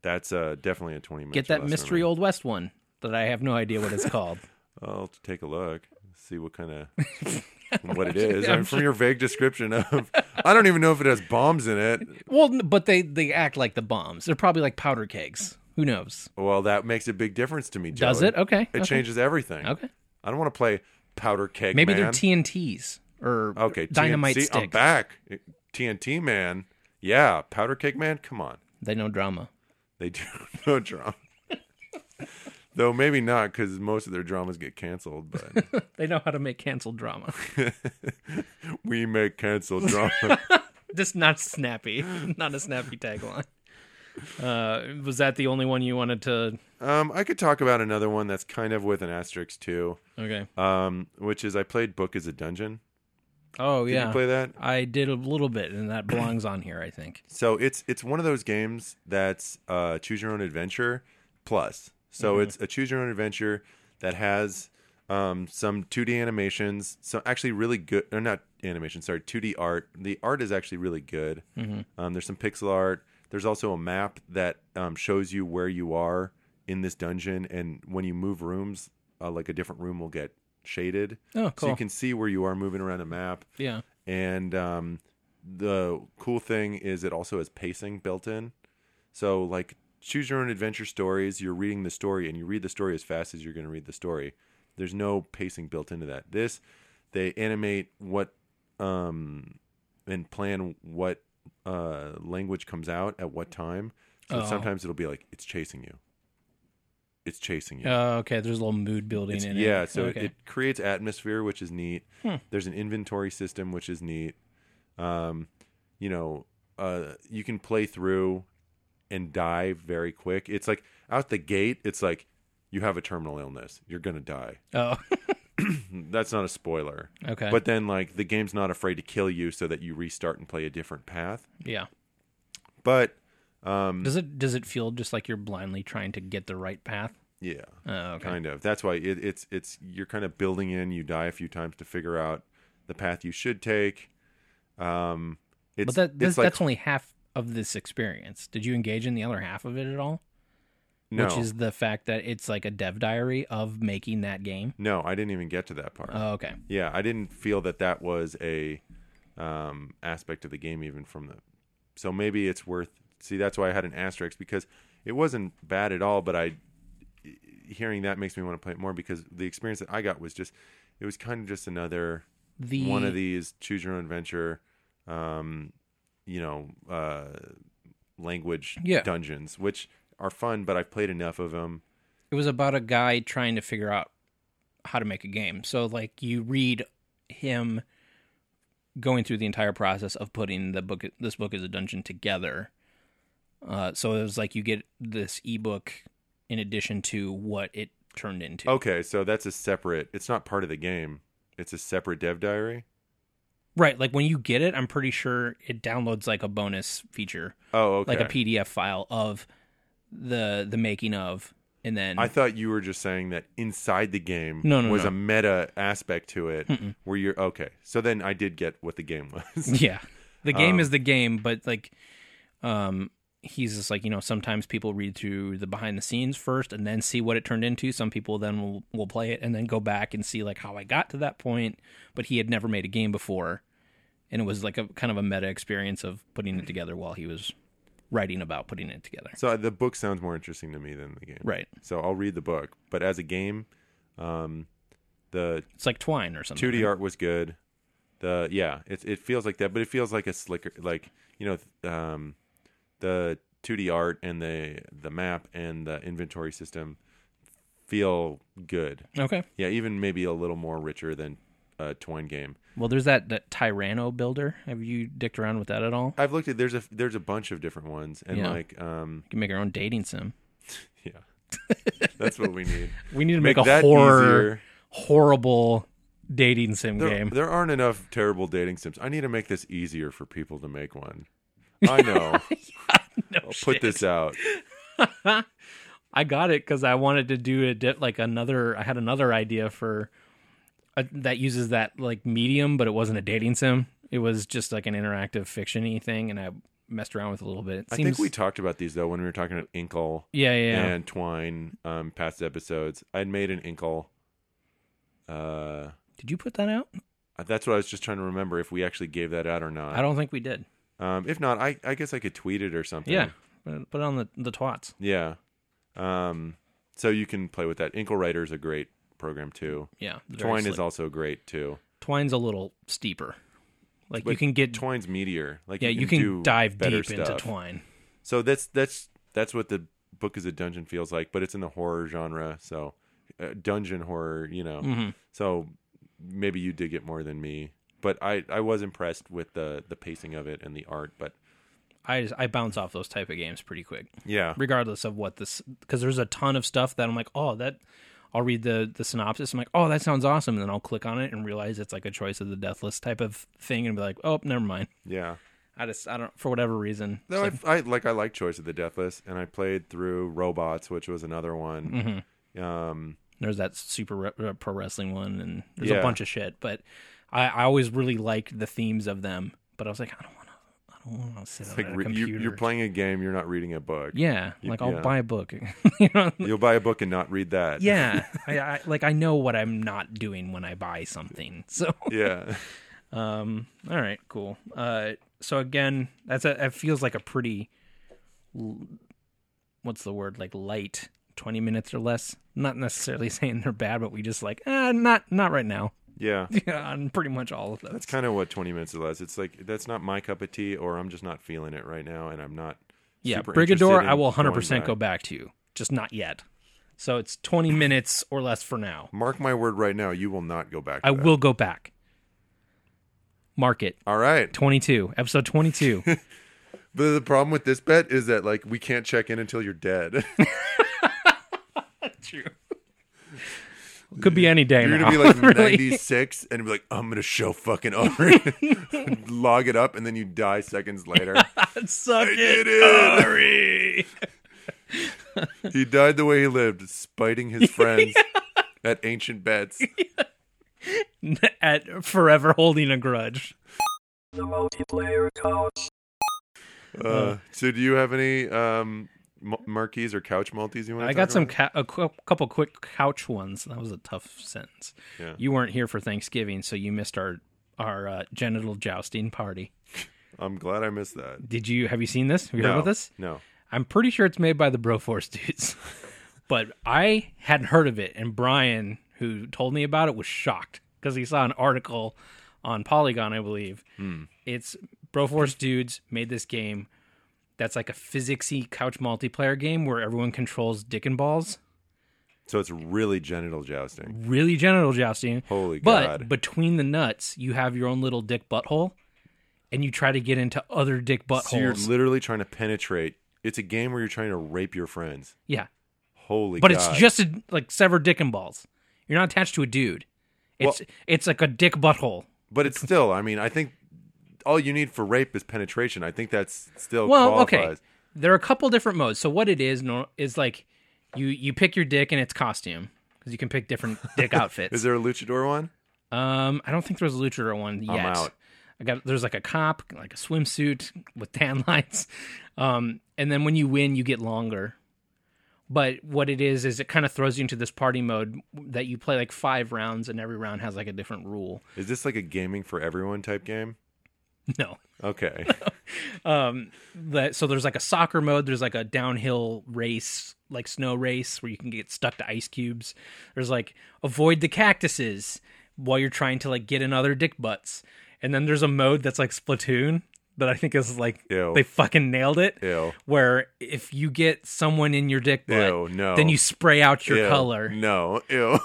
that's uh definitely a 20 minute Get that mystery Old West one that I have no idea what it's called. I'll take a look, see what kind of what it is. I mean, from your vague description of, I don't even know if it has bombs in it. Well, n- but they they act like the bombs. They're probably like powder kegs. Who knows? Well, that makes a big difference to me. Joey. Does it? Okay. It okay. changes everything. Okay. I don't want to play powder keg. Maybe man. they're TNTs or okay. dynamite TNT, I'm sticks. back. TNT man. Yeah, powder keg man. Come on, They know drama. they do no drama. Though maybe not, because most of their dramas get canceled. But They know how to make canceled drama. we make canceled drama. Just not snappy. Not a snappy tagline. Uh, was that the only one you wanted to? um, I could talk about another one that's kind of with an asterisk too. Okay. um, which is I played Book as a Dungeon. Oh Did yeah. you play that? I did a little bit, and that belongs on here, I think. So it's it's one of those games that's uh, choose your own adventure plus. So Mm-hmm. it's a choose your own adventure that has um, some 2D animations, some actually really good, or not animation, sorry, 2D art. The art is actually really good. Mm-hmm. Um, there's some pixel art. There's also a map that um, shows you where you are in this dungeon, and when you move rooms, uh, like a different room will get shaded, Oh, so cool. you can see where you are moving around a map. yeah. And um, the cool thing is it also has pacing built in. So like choose your own adventure stories, you're reading the story and you read the story as fast as you're going to read the story. There's no pacing built into that. This they animate what um and plan what uh language comes out at what time. So Oh. sometimes it'll be like it's chasing you. It's chasing you. Oh, okay. There's a little mood building It's- in it. yeah, so okay. Hmm. it creates atmosphere, which is neat. There's an inventory system, which is neat. Um, you know, uh, you can play through and die very quick. It's like out the gate, it's like you have a terminal illness, you're gonna die. Oh, That's not a spoiler, okay. but then like the game's not afraid to kill you so that you restart and play a different path. yeah. But um, Mm. Does it does it feel just like you're blindly trying to get the right path? yeah, Oh, okay. kind of. That's why it, it's it's you're kind of building in. You die a few times to figure out the path you should take. Um, it's, but that that's, it's like, that's only half of this experience. Did you engage in the other half of it at all? no, Which is the fact that it's like a dev diary of making that game. no. I didn't even get to that part. Oh, okay. yeah, I didn't feel that that was a um, aspect of the game even from the. So maybe it's worth. See, that's why I had an asterisk because it wasn't bad at all. But I, hearing that makes me want to play it more because the experience that I got was just, it was kind of just another The one of these choose your own adventure um you know uh language Yeah. dungeons which are fun but i've played enough of them it was about a guy trying to figure out how to make a game. So like you read him going through the entire process of putting the book this book is a dungeon together. Uh, so it was like you get this ebook in addition to what it turned into. okay so that's a separate it's not part of the game it's a separate dev diary Right, like when you get it, I'm pretty sure it downloads like a bonus feature, oh okay like a PDF file of the the making of and then I thought you were just saying that inside the game No, no, was no. a meta aspect to it where you're okay. So then I did get what the game was. Yeah. The game is the game, but like um he's just like, you know, sometimes people read through the behind the scenes first and then see what it turned into. Some people then will, will play it and then go back and see like how I got to that point, but he had never made a game before. And it was like a kind of a meta experience of putting it together while he was writing about putting it together. so the book sounds more interesting to me than the game. Right. So I'll read the book, but as a game, um the It's like Twine or something. two D art was good. The yeah, it it feels like that, but it feels like a slicker, like you know, th- um, the two D art and the the map and the inventory system feel good. Okay. Yeah, even maybe a little more richer than a Twine game. Well, there's that that Tyranno builder. Have you dicked around with that at all? I've looked at there's a there's a bunch of different ones, and Yeah. like um You can make your own dating sim. yeah, that's what we need. We need to Make make, a that horror easier. horrible dating sim There, game. there aren't enough terrible dating sims. I need to make this easier for people to make one. I know. I'll put this out. I got it because I wanted to do a di- like another. I had another idea for uh that uses that like medium, but it wasn't a dating sim. It was just like an interactive fiction-y thing, and I messed around with it a little bit. It I seems, think we talked about these though when we were talking about Inkle yeah, yeah, yeah. and Twine um, past episodes. I'd made an Inkle. Uh, Did you put that out? that's what I was just trying to remember if we actually gave that out or not. I don't think we did. Um, if not, I, I guess I could tweet it or something. Yeah, Put- put it on the the twats. Yeah. Um, so you can play with that. Inkle Writer is a great program too. Yeah, very Twine is slick. also great too. Twine's a little steeper. Like you But can get Twine's Meteor. Like yeah, you can, can, do dive better deep into stuff. Twine. So that's that's that's what the book is a dungeon feels like, but it's in the horror genre, so uh, dungeon horror, you know. Mm-hmm. So maybe you dig it more than me, but I I was impressed with the the pacing of it and the art, but I just, I bounce off those type of games pretty quick. yeah. regardless of what this because there's a ton of stuff that I'm like, oh, that I'll read the the synopsis. I'm like, oh, that sounds awesome, and then I'll click on it and realize it's like a choice of the deathless type of thing, and be like, oh, never mind. Yeah. I just I don't for whatever reason. No, I, I like I like Choice of the Deathless, and I played through Robots, which was another one. Mm-hmm. Um, There's that super re- uh, pro wrestling one, and there's Yeah. a bunch of shit. But I, I always really liked the themes of them. But I was like, I don't want to. I don't want to sit on like a re- computer. you, you're playing a game, you're not reading a book. Yeah, You- like I'll yeah. buy a book. you know? You'll buy a book and not read that. Yeah, I, I like I know what I'm not doing when I buy something. So yeah. Um. All right. Cool. Uh. So again, that's a. It feels like a pretty. l- What's the word? Like light. Twenty minutes or less. Not necessarily saying they're bad, but we just like uh, not not right now. Yeah. on pretty much all of those. That's kind of what 20 minutes or less. It's like that's not my cup of tea, or I'm just not feeling it right now, and I'm not. yeah. super Brigador, interested in I will hundred going percent go back to you. Just not yet. So it's twenty minutes or less for now. Mark my word right now, you will not go back. To I that. will go back. Mark it. All right. Twenty-two. Episode twenty-two. But the problem with this bet is that like we can't check in until you're dead. True. Could be any day. You're now, gonna be like really. 96 and be like, I'm gonna show fucking over, it." log it up, and then you die seconds later. Suck it. Get it. Sorry. He died the way he lived, spiting his friends at ancient bets. At forever holding a grudge. The multiplayer couch. Uh, so, do you have any um, m- marquees or couch multis you want? to I got some ca- a cou- couple quick couch ones. That was a tough sentence. Yeah. You weren't here for Thanksgiving, so you missed our our uh, genital jousting party. I'm glad I missed that. Did you have you seen this? Have you no, heard about this? No. I'm pretty sure it's made by the Broforce dudes. but I hadn't heard of it, and Brian, who told me about it, was shocked because he saw an article on Polygon, I believe. Hmm. It's Broforce dudes made this game that's like a physicsy couch multiplayer game where everyone controls dick and balls. So it's really genital jousting. Really genital jousting. Holy God. But between the nuts, you have your own little dick butthole, and you try to get into other dick So you're buttholes. literally trying to penetrate. It's a game where you're trying to rape your friends. yeah. Holy but God. it's just a, like severed dick and balls. You're not attached to a dude. It's it's like a dick butthole. But it's still, I mean, I think all you need for rape is penetration. I think that's still Well, qualifies. okay. There are a couple different modes. So what it is nor- is like you you pick your dick and its costume because you can pick different dick outfits. Is there a luchador one? um, I don't think there's a luchador one yet. out. I got there's like a cop, like a swimsuit with tan lines, um, and then when you win, you get longer. But what it is is it kind of throws you into this party mode that you play like five rounds, and every round has like a different rule. Is this like a gaming for everyone type game? No, Okay. um that so there's like a soccer mode there's like a downhill race like snow race where you can get stuck to ice cubes there's like avoid the cactuses while you're trying to like get in other dick butts and then there's a mode that's like splatoon that i think is like Ew. they fucking nailed it Ew. where if you get someone in your dick butt Ew, no. then you spray out your Ew. color No. Ew.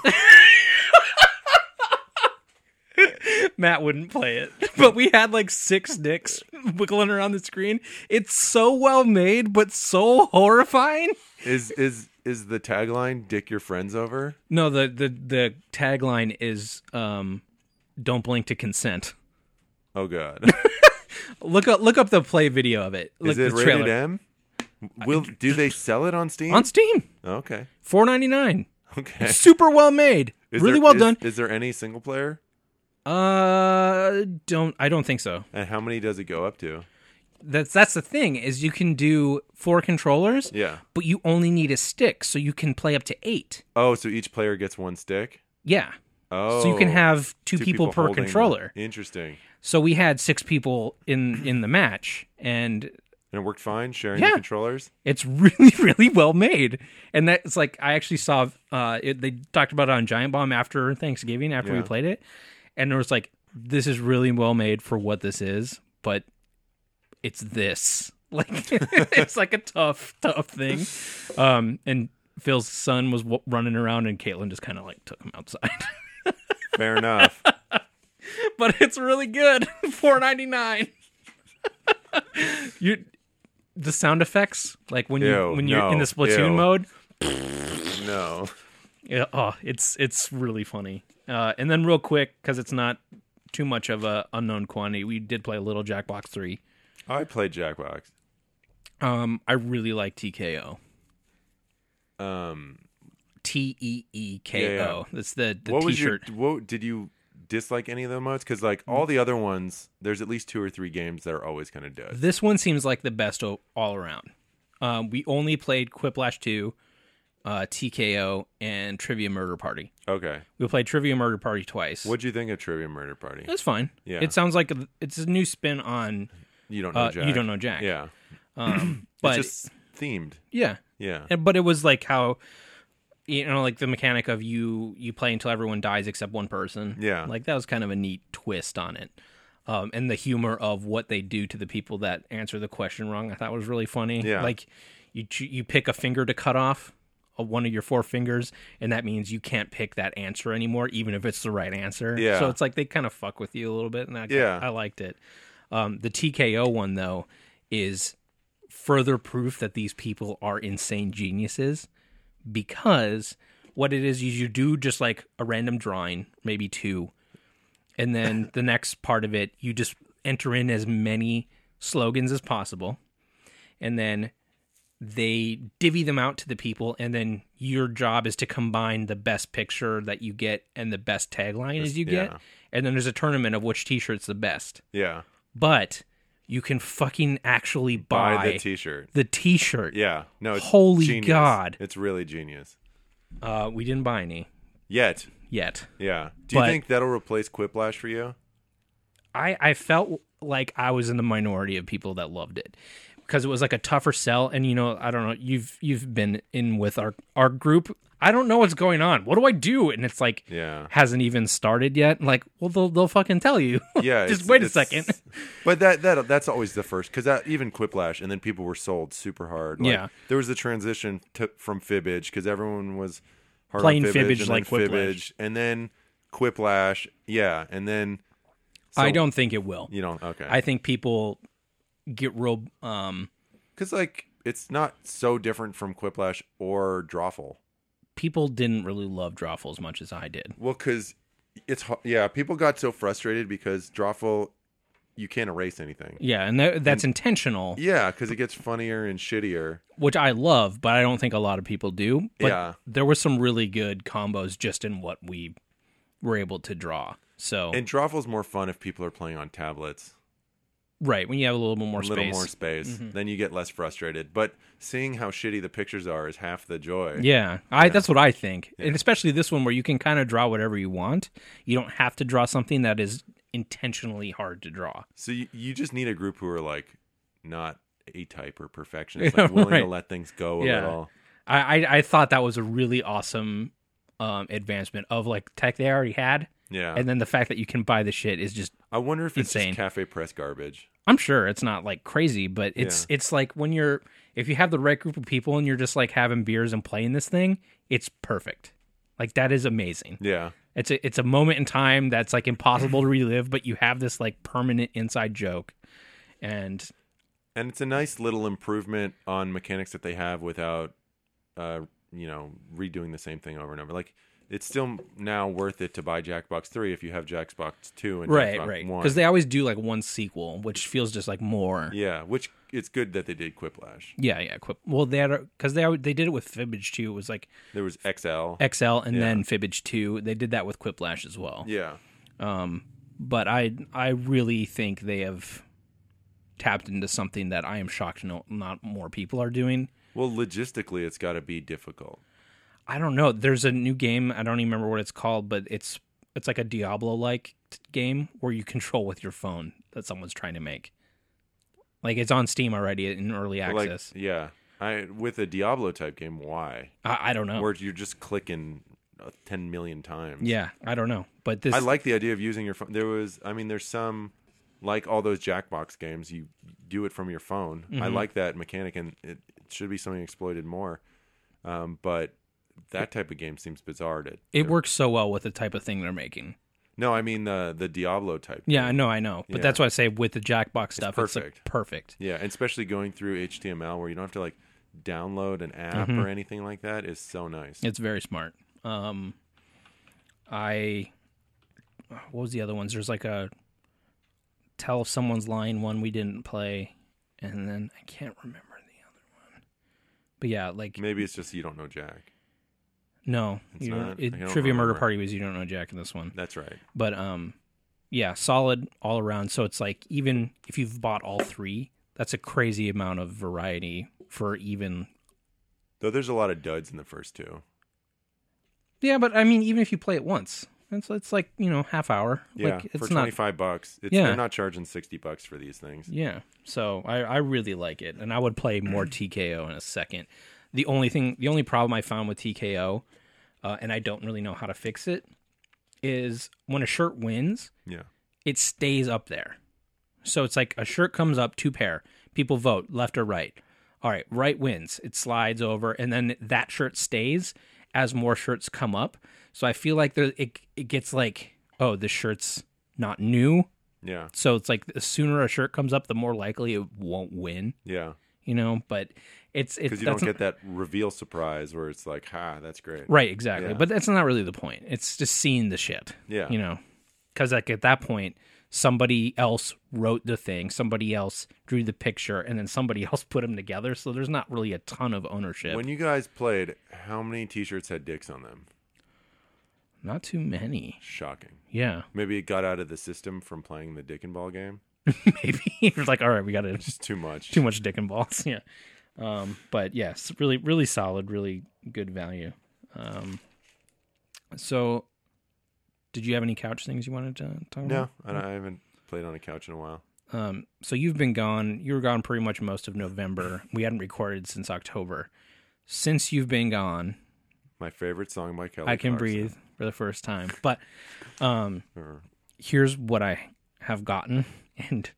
Matt wouldn't play it, but we had like six dicks wiggling around the screen. It's so well made, but so horrifying. is is is the tagline "Dick your friends over"? No, the the the tagline is um, "Don't blink to consent." Oh God. Look up look up the play video of it. Look is it the rated trailer M? Will do they sell it on Steam? on Steam, okay. four ninety nine. Okay. Super well made, Is really there- well is- done. Is there any single player? Uh, don't I don't think so. And how many does it go up to? That's that's the thing is you can do four controllers, Yeah. but you only need a stick, so you can play up to eight. Oh, so each player gets one stick. Yeah, Oh, so you can have two, two people, per holding them. controller. Interesting. So we had six people in in the match, and And it worked fine sharing the Yeah. controllers. It's really, really well made, and that's like I actually saw. Uh, it, they talked about it on Giant Bomb after Thanksgiving, after Yeah. we played it, and there was like, "This is really well made for what this is," but it's this. Like, it's like a tough, tough thing. Um, and Phil's son was w- running around, and Caitlin just kind of like took him outside. Fair enough. but it's really good. Four ninety nine. you, the sound effects, like when you Ew, when you're in no, the Splatoon ew. mode, no. yeah, oh, it's it's really funny. Uh, and then real quick, because it's not too much of a unknown quantity, we did play a little Jackbox three. I played Jackbox. Um, I really like TKO. Um, T E E Yeah, K yeah. O. That's the, the what was your? T-shirt. What did you dislike any of the modes? Because like all the other ones, there's at least two or three games that are always kind of duds. This one seems like the best o- all around. Um, we only played Quiplash Two, uh, TKO, and Trivia Murder Party. Okay, We played Trivia Murder Party twice. what'd you think of Trivia Murder Party? That's fine. Yeah. It sounds like a, it's a new spin on You don't know uh, Jack. You Don't Know Jack. Yeah, But it's just themed. yeah, Yeah, And- but it was like how you know like the mechanic of you you play until everyone dies except one person Yeah. like that was kind of a neat twist on it um, and the humor of what they do to the people that answer the question wrong i thought was really funny Yeah. like you choo- you pick a finger to cut off of one of your four fingers and that means you can't pick that answer anymore even if it's the right answer Yeah. so it's like they kind of fuck with you a little bit and i, Yeah. I liked it um, the tko one though is further proof that these people are insane geniuses because what it is is you do just like a random drawing, maybe two, and then the next part of it you just enter in as many slogans as possible, and then they divvy them out to the people, and then your job is to combine the best picture that you get and the best tagline as you get, yeah. and then there's a tournament of which T-shirt's the best, yeah. but you can fucking actually buy, Buy, the T-shirt. the T-shirt. Yeah, no. It's Holy genius. God. it's really genius. Uh, we didn't buy any Yet, yet. yeah. Do you But- think that'll replace Quiplash for you? I, I felt like I was in the minority of people that loved it because it was like a tougher sell. And you know, I don't know. You've you've been in with our our group. I don't know what's going on. What do I do? And it's like Yeah. hasn't even started yet. Like, well, they'll they'll fucking tell you. Yeah, just it's- wait a it's- second. But that that that's always the first because that even Quiplash, and then people were sold super hard. Like, Yeah. there was the transition to, from Fibbage because everyone was hard Plain on Fibbage and then like Quiplash. Fibbage, and then Quiplash. Yeah, and then I don't think it will. you know okay I think people get real. Um, because like it's not so different from Quiplash or Drawful. people didn't really love Drawful as much as I did. Well, because it's ho- yeah, people got so frustrated because Drawful, you can't erase anything. Yeah, and that, that's intentional. Yeah, because it gets funnier and shittier. which I love, but I don't think a lot of people do. But Yeah. there were some really good combos just in what we were able to draw. So And Drawful's more fun if people are playing on tablets. right when you have a little bit more a little space, Mm-hmm. more space. Then you get less frustrated. But seeing how shitty the pictures are is half the joy. yeah, I that's what I think, and especially this one where you can kind of draw whatever you want. You don't have to draw something that is intentionally hard to draw. So you, you just need a group who are like not a type or perfectionist, like willing Right. to let things go a Yeah. little. I, I I thought that was a really awesome um advancement of like tech they already had, Yeah. and then the fact that you can buy the shit is just I wonder if it's Insane. just cafe press garbage. I'm sure it's not like crazy, but it's it's like when you're if you have the right group of people and you're just like having beers and playing this thing, it's perfect. Like that is amazing. Yeah. It's a it's a moment in time that's like impossible to relive, but you have this like permanent inside joke. And And it's a nice little improvement on mechanics that they have without uh you know, redoing the same thing over and over. Like it's still now worth it to buy Jackbox 3 if you have Jackbox 2 and right, Jackbox right, 1. because they always do like one sequel, which feels just like more. Yeah, yeah, which it's good that they did Quiplash. yeah. Quip. Well, they had because they al- they did it with Fibbage too. It was like There was XL. XL and then Fibbage two. They did that with Quiplash as well. Yeah. but I I really think they have tapped into something that I am shocked no not more people are doing. Well, logistically, it's got to be difficult. I don't know. There's a new game. I don't even remember what it's called, but it's it's like a Diablo like game where you control with your phone that someone's trying to make. Like it's on Steam already in early Like, access. yeah, I with a Diablo type game, why? I, I don't know. Where you're just clicking uh, ten million times. Yeah, I don't know. But this I like the idea of using your phone. There was, I mean, there's some like all those Jackbox games, you do it from your phone. I Mm-hmm. like that mechanic, and it, it should be something exploited more. Um, but that type of game seems bizarre. To, it works so well with the type of thing they're making. no, I mean the the Diablo type. Yeah, I game. know, I know. But Yeah. that's why I say with the Jackbox stuff, it's, like, perfect. perfect. yeah, and especially going through HTML where you don't have to like download an app or anything like that is so nice. Mm-hmm. It's very smart. Um, I what was the other ones? There's like a tell if someone's lying one we didn't play, and then I can't remember the other one. But yeah, like Maybe it's just you don't know Jack. no, It's you not- it, I don't trivia murder remember. party was you don't know Jack in this one, That's right. but um, yeah, solid all around. So it's like even if you've bought all three, that's a crazy amount of variety for even. Though there's a lot of duds in the first two. Yeah, but I mean, even if you play it once, it's it's like you know half hour. Yeah, like, it's for not twenty five bucks, it's, Yeah. they're not charging sixty bucks for these things. Yeah. So I, I really like it. And I would play more TKO in a second. The only thing, the only problem I found with TKO, uh, and I don't really know how to fix it, is when a shirt wins, Yeah, it stays up there. So it's like a shirt comes up, two pair. People vote left or right. All right, right wins. It slides over, and then that shirt stays as more shirts come up. So I feel like there, it, it gets like, oh, this shirt's not new. yeah, So it's like the sooner a shirt comes up, the more likely it won't win. yeah. You know, but it's it's Because you don't that's not- get that reveal surprise where it's like, "Ha, that's great." right exactly. Yeah. But that's not really the point. It's just seeing the shit. Yeah. You know, because like at that point, somebody else wrote the thing, somebody else drew the picture, and then somebody else put them together. So there's not really a ton of ownership. When you guys played, how many T-shirts had dicks on them? not too many. Shocking. Yeah, Maybe it got out of the system from playing the dick and ball game. maybe you're like, all right, we got to Just too much. too much dick and balls. Yeah. Um, but yes, really, really solid, really good value. Um, so did you have any couch things you wanted to talk No, about? I, don't- I haven't played on a couch in a while. Um, so you've been gone, you were gone pretty much most of November. We hadn't recorded since October. Since you've been gone, My favorite song by Kelly. I can Clarkson. breathe for the first time. But, um, Or- here's what I have gotten, and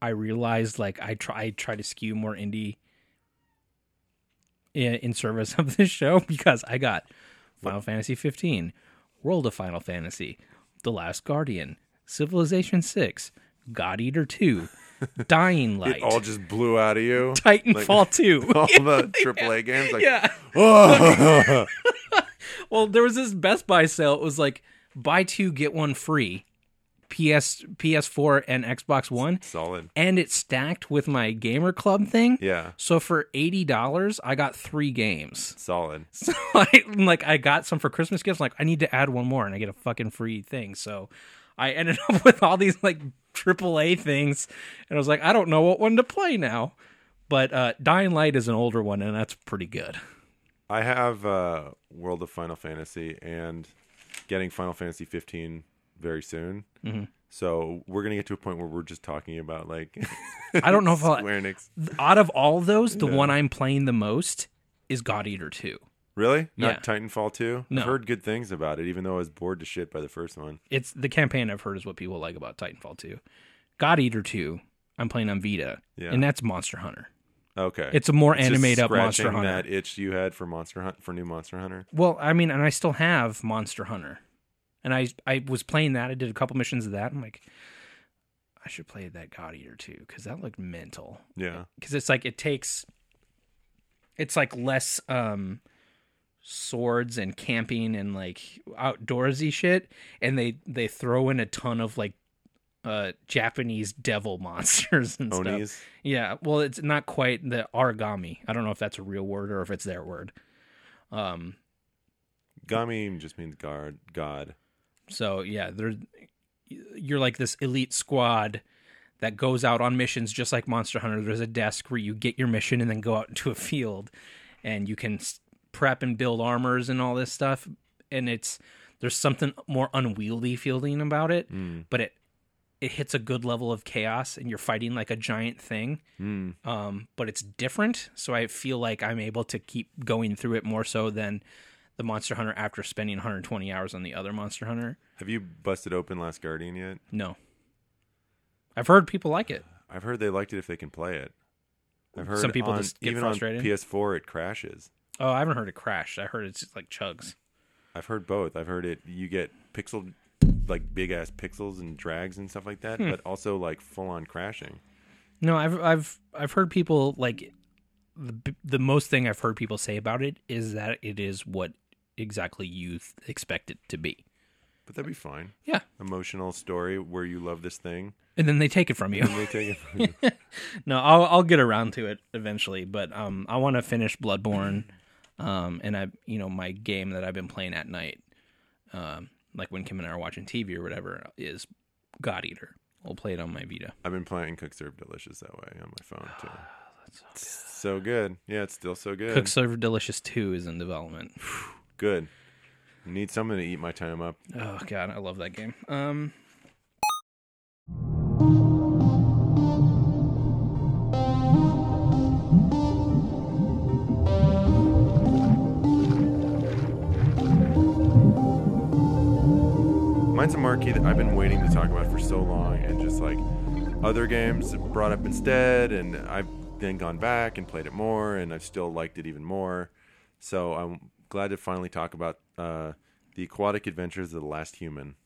I realized like I try I try to skew more indie in, in service of this show because I got Final Fantasy 15, World of Final Fantasy, The Last Guardian, Civilization 6, God Eater 2, Dying Light, It all just blew out of you. Titanfall 2. all the AAA games. Like, yeah. "Oh." Well, there was this Best Buy sale. It was like buy two get one free. PS PS4 and Xbox One. solid. and it's stacked with my gamer club thing. Yeah, So for eighty dollars, I got three games. solid. So I am like I got some for Christmas gifts. Like I need to add one more, and I get a fucking free thing. So I ended up with all these like AAA things, and I was like, I don't know what one to play now. But uh, Dying Light is an older one, and that's pretty good. I have uh, World of Final Fantasy and getting Final Fantasy 15 very soon. Mm-hmm. So we're gonna get to a point where we're just talking about like I don't know if I'll, Square Enix. out of all those, the one I'm playing the most is God Eater Two. Really? Not Yeah. Titanfall 2? No. I've heard good things about it, even though I was bored to shit by the first one. it's the campaign I've heard is what people like about Titanfall 2. God Eater 2, I'm playing on Vita, Yeah. and that's Monster Hunter. Okay. It's a more Just animated up Monster scratching Hunter. That itch you had for Monster Hunt for new Monster Hunter. Well, I mean, and I still have Monster Hunter, and I I was playing that. I did a couple missions of that. I'm like, I should play that God Eater 2 because that looked mental. Yeah. because it's like it takes it's like less um swords and camping and like outdoorsy shit and they they throw in a ton of like uh japanese devil monsters and stuff Onies. yeah well it's not quite the origami i don't know if that's a real word or if it's their word um Gami just means guard god. So yeah, they're you're like this elite squad that goes out on missions just like Monster Hunter. There's a desk where you get your mission and then go out into a field and you can s- prep and build armors and all this stuff and it's there's something more unwieldy feeling about it, Mm. but it it hits a good level of chaos and you're fighting like a giant thing Mm. um, but it's different. So I feel like I'm able to keep going through it more so than the Monster Hunter after spending 120 hours on the other Monster Hunter. Have you busted open Last Guardian yet? No, I've heard people like it. I've heard they liked it if they can play it. I've heard Some people on- just get even frustrated. on PS4 it crashes. Oh, I haven't heard it crash. I heard it's like chugs. I've heard both. I've heard it you get pixel like big ass pixels and drags and stuff like Hmm. that, but also like full on crashing. No, I've I've I've heard people like the b- the most thing I've heard people say about it is that it is what exactly you th- expect it to be. But that'd be fine. Yeah. Emotional story where you love this thing And then they take it from you. and they take it from you. no, I'll I'll get around to it eventually, but um I want to finish Bloodborne. Um and I you know, my game that I've been playing at night, um like when Kim and I are watching TV or whatever is God Eater. I'll play it on my Vita. I've been playing Cook Serve Delicious that way on my phone too. Ah, It's so good. Yeah, it's still so good. Cook Server Delicious 2 is in development. good. Need something to eat my time up. Oh god, I love that game. Um Mine's a marquee that I've been waiting to talk about for so long, and just like other games brought up instead, and I've then gone back and played it more, and I've still liked it even more. So I'm glad to finally talk about uh, the Aquatic Adventures of the Last Human.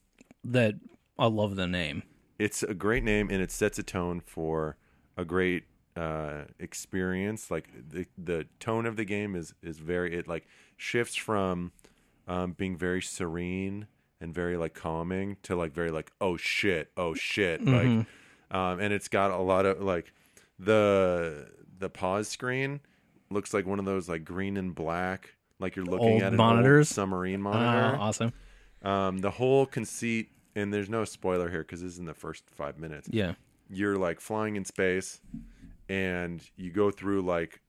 that I love the name. it's a great name and it sets a tone for a great uh experience like the the tone of the game is is very it like shifts from um being very serene and very like calming to like very like oh shit oh shit like Mm-hmm. um and it's got a lot of like the the pause screen looks like one of those like green and black like you're looking Old at an monitors? old submarine Uh, monitor awesome. um, the whole conceit, and there's no spoiler here because this is in the first five minutes. Yeah. You're like flying in space, and you go through like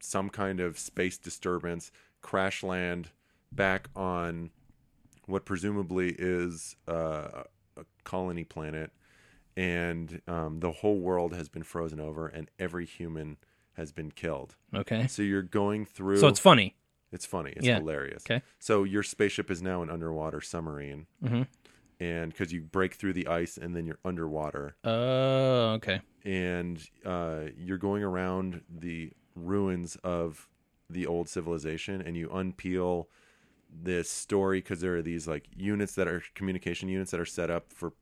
some kind of space disturbance, crash land back on what presumably is uh, a colony planet, and um, the whole world has been frozen over, and every human has been killed. Okay. So you're going through. So it's funny. It's funny. It's Yeah. hilarious. Okay. So your spaceship is now an underwater submarine, Mhm. and because you break through the ice and then you're underwater, Oh, okay. and uh, you're going around the ruins of the old civilization, and you unpeel this story because there are these like units that are communication units that are set up for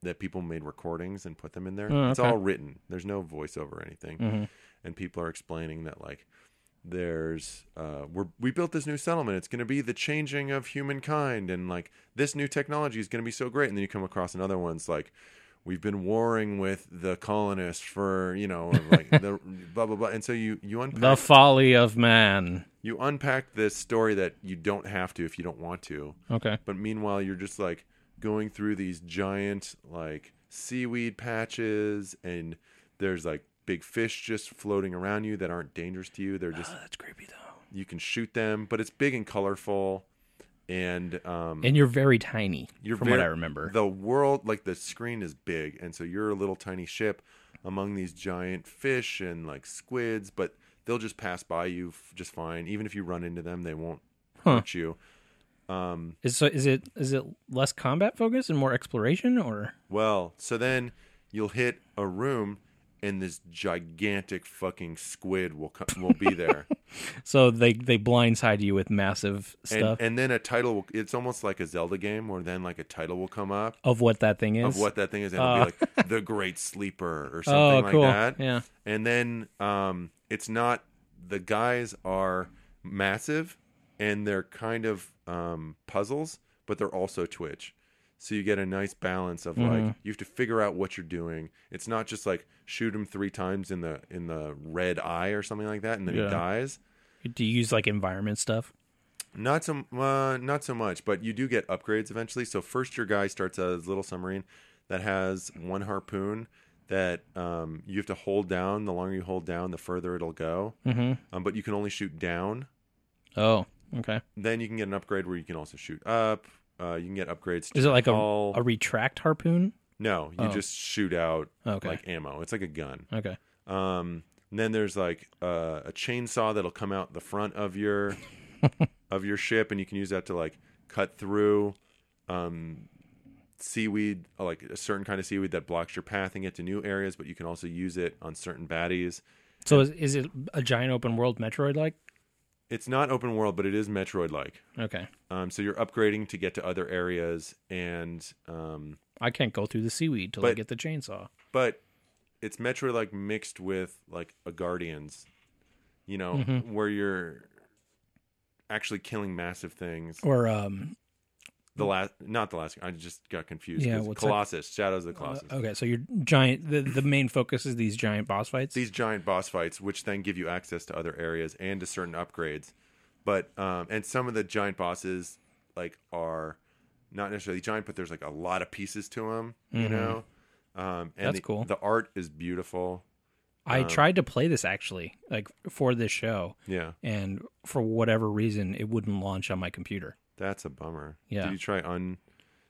that people made recordings and put them in there. Oh, It's okay. all written. There's no voiceover or anything hmm and people are explaining that like there's uh we're we built this new settlement it's going to be the changing of humankind and like this new technology is going to be so great and then you come across another one's like we've been warring with the colonists for you know like the blah blah blah and so you you unpack The folly of man. you unpack this story that you don't have to if you don't want to Okay. but meanwhile you're just like going through these giant like seaweed patches and there's like big fish just floating around you that aren't dangerous to you they're just Oh, that's creepy though. you can shoot them but it's big and colorful and um And you're very tiny, you're from what ver- I remember. the world like the screen is big and so you're a little tiny ship among these giant fish and like squids but they'll just pass by you f- just fine even if you run into them they won't Huh. hurt you Is so is it is it less combat focused and more exploration or Well, so then you'll hit a room and this gigantic fucking squid will co- will be there. so they they blindside you with massive and, stuff and then a title will it's almost like a Zelda game where then like a title will come up of what that thing is? of what that thing is and it'll be like the great sleeper Uh. or oh, something like cool. that. Yeah. And then um it's not the guys are massive and they're kind of um puzzles, but they're also twitch. So you get a nice balance of like you have to figure out what you're doing. It's not just like shoot him 3 times in the in the red eye or something like that and then Yeah. he dies. Do you use like environment stuff? Not so uh, not so much, but you do get upgrades eventually. So first, your guy starts out as a little submarine that has one harpoon that um, you have to hold down. The longer you hold down, the further it'll go. Mhm. Um, but you can only shoot down. Oh, okay. Then you can get an upgrade where you can also shoot up. Uh, you can get upgrades. To Is it like a hull. a retract harpoon? no? You Oh. just shoot out Okay. like ammo. It's like a gun. Okay. Um, and then there's like uh, a chainsaw that'll come out the front of your of your ship, and you can use that to like cut through um, seaweed, uh, like a certain kind of seaweed that blocks your path and get to new areas. But you can also use it on certain baddies. So is, is it a giant open world Metroid like? It's not open world, but it is Metroid like. Okay. Um, so you're upgrading to get to other areas, and um, I can't go through the seaweed till I But- get the chainsaw. but it's Metroid like mixed with like a Guardians, you know, Mm-hmm. where you're actually killing massive things. Or um The last, not the last. I just got confused. Yeah, 'cause what's that- Colossus, Shadows of the Uh, Colossus. okay, so your giant the, the main focus is these giant boss fights. These giant boss fights, which then give you access to other areas and to certain upgrades, but um, and some of the giant bosses like are not necessarily giant, but there's like a lot of pieces to them. You know, um, and Mm-hmm. That's the, cool. The art is beautiful. um, I tried to play this actually, like for this show, Yeah, and for whatever reason, it wouldn't launch on my computer. that's a bummer. Yeah. Did you try un?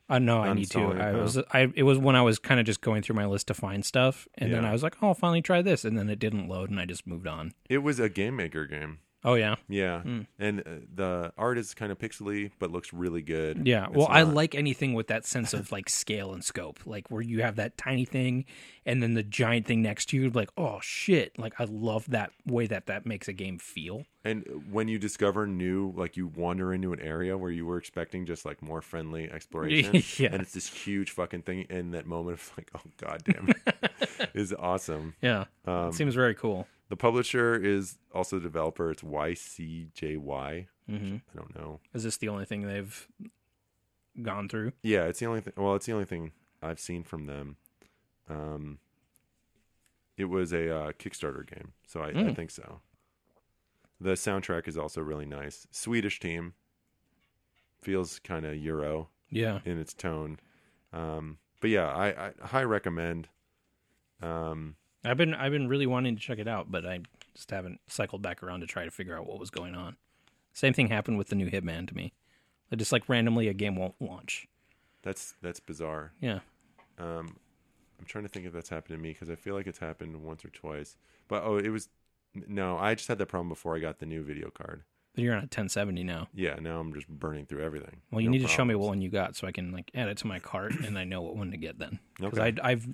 I know I need to. Uninstalling it, I huh? was I it was when I was kind of just going through my list to find stuff, and then Yeah. I was like, oh, I'll finally try this, and then it didn't load, and I just moved on. It was a game maker game. Oh yeah, Yeah, and uh, the art is kind of pixely, but looks really good. yeah. It's well, I not- like anything with that sense of like scale and scope, like where you have that tiny thing, and then the giant thing next to you. Like, oh shit! Like I love that way that that makes a game feel. And when you discover new, like you wander into an area where you were expecting just like more friendly exploration, Yeah. and it's this huge fucking thing. And that moment of like, oh god damn, it is awesome. Yeah, it seems very cool. The publisher is also the developer. It's YCJY. I don't know. Mm-hmm. Is this the only thing they've gone through? Yeah, it's the only thing. Well, it's the only thing I've seen from them. Um, it was a uh, Kickstarter game, so I, I think so. The soundtrack is also really nice. Swedish team feels kind of Euro Yeah, in its tone, um, but yeah, I, I high recommend. Um, I've been I've been really wanting to check it out, but I just haven't cycled back around to try to figure out what was going on. Same thing happened with the new Hitman to me. It just like randomly a game won't launch. that's that's bizarre. Yeah. Um, I'm trying to think if that's happened to me because I feel like it's happened once or twice. But oh, it was no, I just had that problem before I got the new video card. But you're on a 1070 now. Yeah, now I'm just burning through everything. Well, you No need to show me problems. what one you got so I can like add it to my cart and I know what one to get then. Because Okay. I I've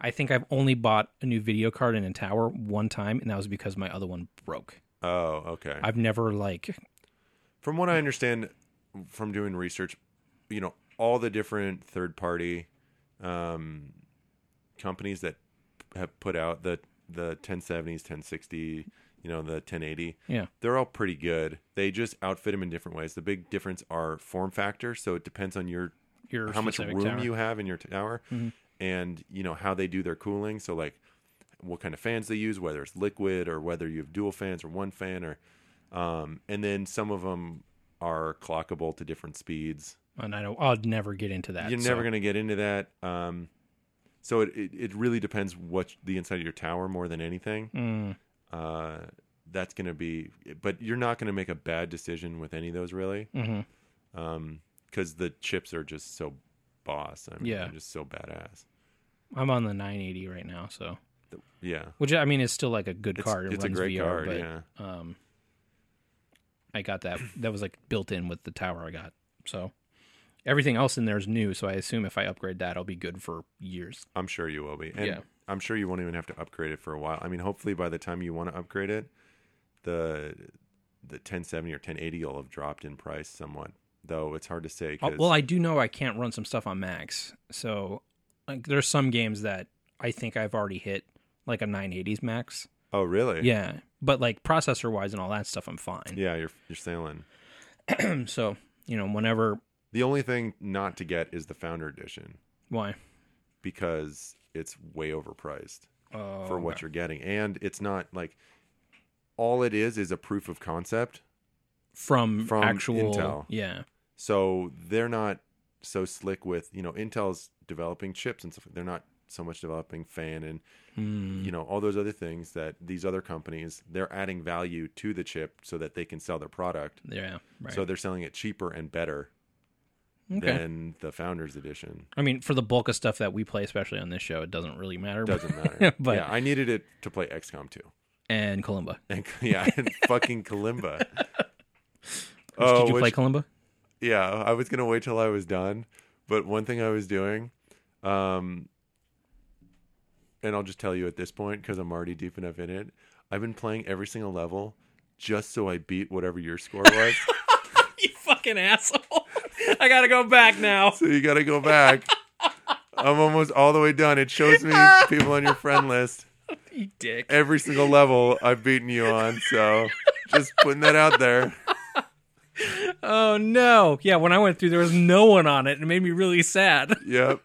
I think I've only bought a new video card in a tower one time, and that was because my other one broke. Oh, okay. I've never like From what I understand from doing research, you know, all the different third party um, companies that have put out the the 1070s, 1060, you know, the 1080, yeah they're all pretty good. They just outfit them in different ways. The big difference are form factor, so it depends on your your how much specific room tower. Mm-hmm. you have in your tower and you know how they do their cooling so like what kind of fans they use whether it's liquid or whether you have dual fans or one fan or um and then some of them are clockable to different speeds and I don't I'll never get into that. you're so- never going to get into that um so it, it it really depends what the inside of your tower more than anything Mm. uh that's going to be but you're not going to make a bad decision with any of those really Mhm. um because the chips are just so boss i mean Yeah. they're just so badass I'm on the 980 right now, so The- yeah which I mean is still like a good It's- card. It it's a runs great VR, card, but, yeah. Um, I got that. That was like built in with the tower I got. So everything else in there is new. So I assume if I upgrade that, I'll be good for years. i'm sure you will be and Yeah. i'm sure you won't even have to upgrade it for a while i mean hopefully by the time you want to upgrade it the the 1070 or 1080 will have dropped in price somewhat though it's hard to say Uh, 'cause- Well, I do know I can't run some stuff on max. So like, there's some games that I think I've already hit like a 980s max. oh really Yeah, but like processor wise and all that stuff, I'm fine. yeah you're you're sailing so you know, whenever the only thing not to get is the founder edition why because it's way overpriced uh, for what you're getting and it's not like all it is is a proof of concept from, From actual Intel. yeah So they're not so slick with you know Intel's developing chips and stuff. They're not so much developing fan and Hmm. Mm-hmm. you know all those other things that these other companies they're adding value to the chip so that they can sell their product. yeah right. So they're selling it cheaper and better Okay. than the founders edition. I mean, for the bulk of stuff that we play, especially on this show, it doesn't really matter. Doesn't matter. But- yeah, I needed it to play XCOM 2. and Kalimba. And yeah, and fucking Kalimba. Did you play Oh, which- Kalimba? yeah, I was gonna wait till I was done, but one thing I was doing, um, and I'll just tell you at this point because I'm already deep enough in it. I've been playing every single level just so I beat whatever your score was. You fucking asshole! I gotta go back now. so you got to go back. I'm almost all the way done. It shows me people on your friend list. You dick. Every single level I've beaten you on. So just putting that out there. Oh no! Yeah, when I went through, there was no one on it, and it made me really sad. Yep.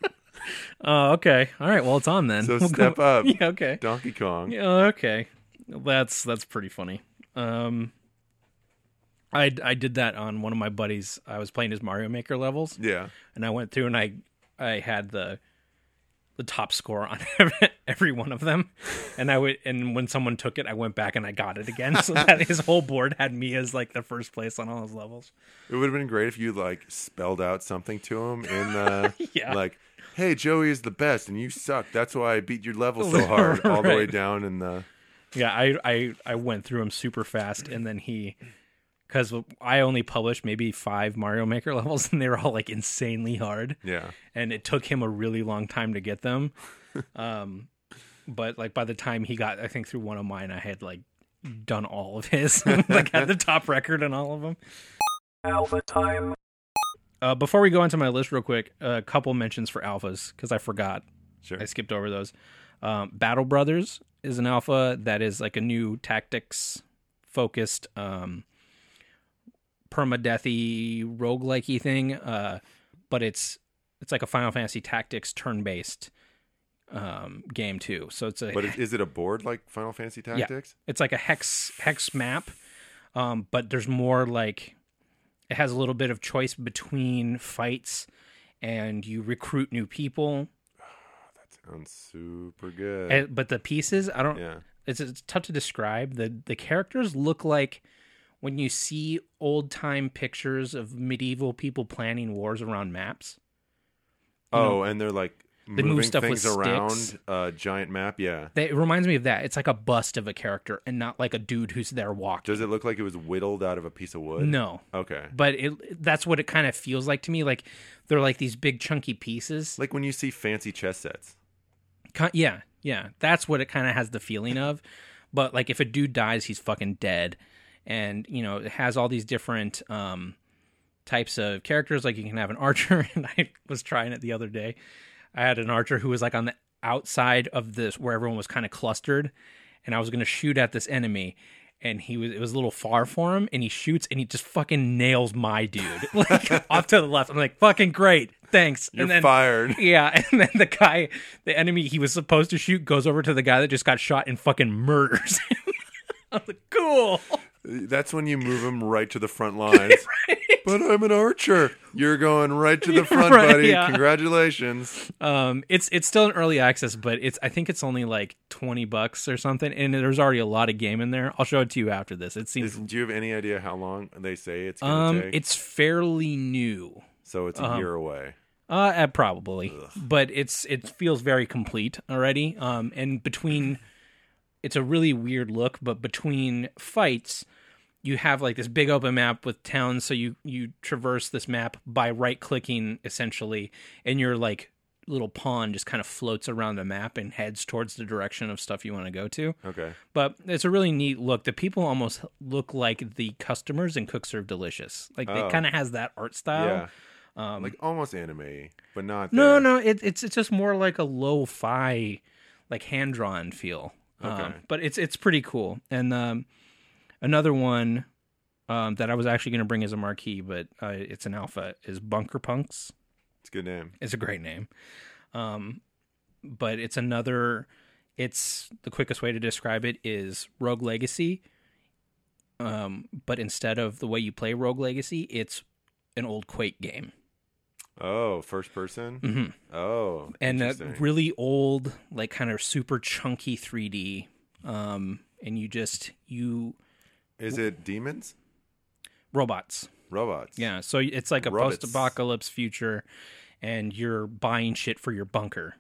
Oh, okay. All right. Well, it's on then. So We'll go- step up, Yeah. Okay. Donkey Kong. Yeah, okay. That's that's pretty funny. Um I I did that on one of my buddies. I was playing his Mario Maker levels Yeah. and I went through and I I had the the top score on every one of them. And I would and when someone took it, I went back and I got it again. So that his whole board had me as like the first place on all his levels. It would have been great if you like spelled out something to him in the Yeah. like, "Hey, Joey is the best, and you suck. That's why I beat your level so hard, all the way Right. down in the." Yeah, I I I went through him super fast and then he cuz I only published maybe 5 Mario Maker levels and they were all like insanely hard. Yeah. and it took him a really long time to get them. Um, but like by the time he got, I think through one of mine, I had like done all of his, like had the top record on all of them. Alpha time. Uh, before we go into my list real quick, a couple mentions for alphas because I forgot. Sure. I skipped over those. Um, Battle Brothers is an alpha that is like a new tactics focused um, permadeathy roguelike thing, uh, but it's it's like a Final Fantasy Tactics turn based um, game too. So it's a But is, is it a board like Final Fantasy Tactics? it's like a hex hex map, um, but there's more like it has a little bit of choice between fights, and you recruit new people. Sounds super good. And- but the pieces, I don't. yeah. It's, it's tough to describe. the The characters look like when you see old time pictures of medieval people planning wars around maps. Oh, and they're like move moving stuff with things around sticks. a giant map. Yeah. That, it reminds me of that. It's like a bust of a character, and not like a dude who's there walking. Does it look like it was whittled out of a piece of wood? No, Okay. but it that's what it kind of feels like to me. Like they're like these big chunky pieces. Like when you see fancy chess sets. Ki- yeah, yeah. That's what it kind of has the feeling of. But like if a dude dies, he's fucking dead. And, you know, it has all these different um types of characters. Like you can have an archer, and I was trying it the other day. I had an archer who was like on the outside of this where everyone was kind of clustered, and I was gonna shoot at this enemy. And he was it was a little far for him, and he shoots and he just fucking nails my dude. Like off to the left. I'm like, fucking great. Thanks. You're and then fired. yeah, and then the guy, the enemy he was supposed to shoot, goes over to the guy that just got shot and fucking murders him. I was like, cool. That's when you move him right to the front lines. But I'm an archer. You're going right to the front, Right, buddy. yeah. Congratulations. Um, it's it's still in early access, but it's I think it's only like twenty bucks or something, and there's already a lot of game in there. I'll show it to you after this. It seems Is- do you have any idea how long they say it's going to um, take? it's uh-huh. fairly new. so it's a year away. Uh, uh, probably, but it's it feels very complete already. Um, and between, it's a really weird look, but between fights, you have like this big open map with towns. So you you traverse this map by right clicking essentially, and your like little pawn just kind of floats around the map and heads towards the direction of stuff you want to go to. Okay. But it's a really neat look. The people almost look like the customers in Cook Serve Delicious. Like Oh. it kind of has that art style. Um, Yeah. like almost anime, but not. No, there. no, it, it's it's just more like a lo-fi, like hand drawn feel. Um, Okay. but it's it's pretty cool. And um, another one um, that I was actually going to bring as a marquee, but uh, it's an alpha is Bunker Punks. It's a good name. It's a great name. Um, but it's another. It's the quickest way to describe it is Rogue Legacy. Um, but instead of the way you play Rogue Legacy, it's an old Quake game. Oh, first person. hmm Oh, and uh, a interesting. really old like kind of super chunky 3d um and you just you is it demons? robots Robots. yeah so it's like a Robots. post-apocalypse future and you're buying shit for your bunker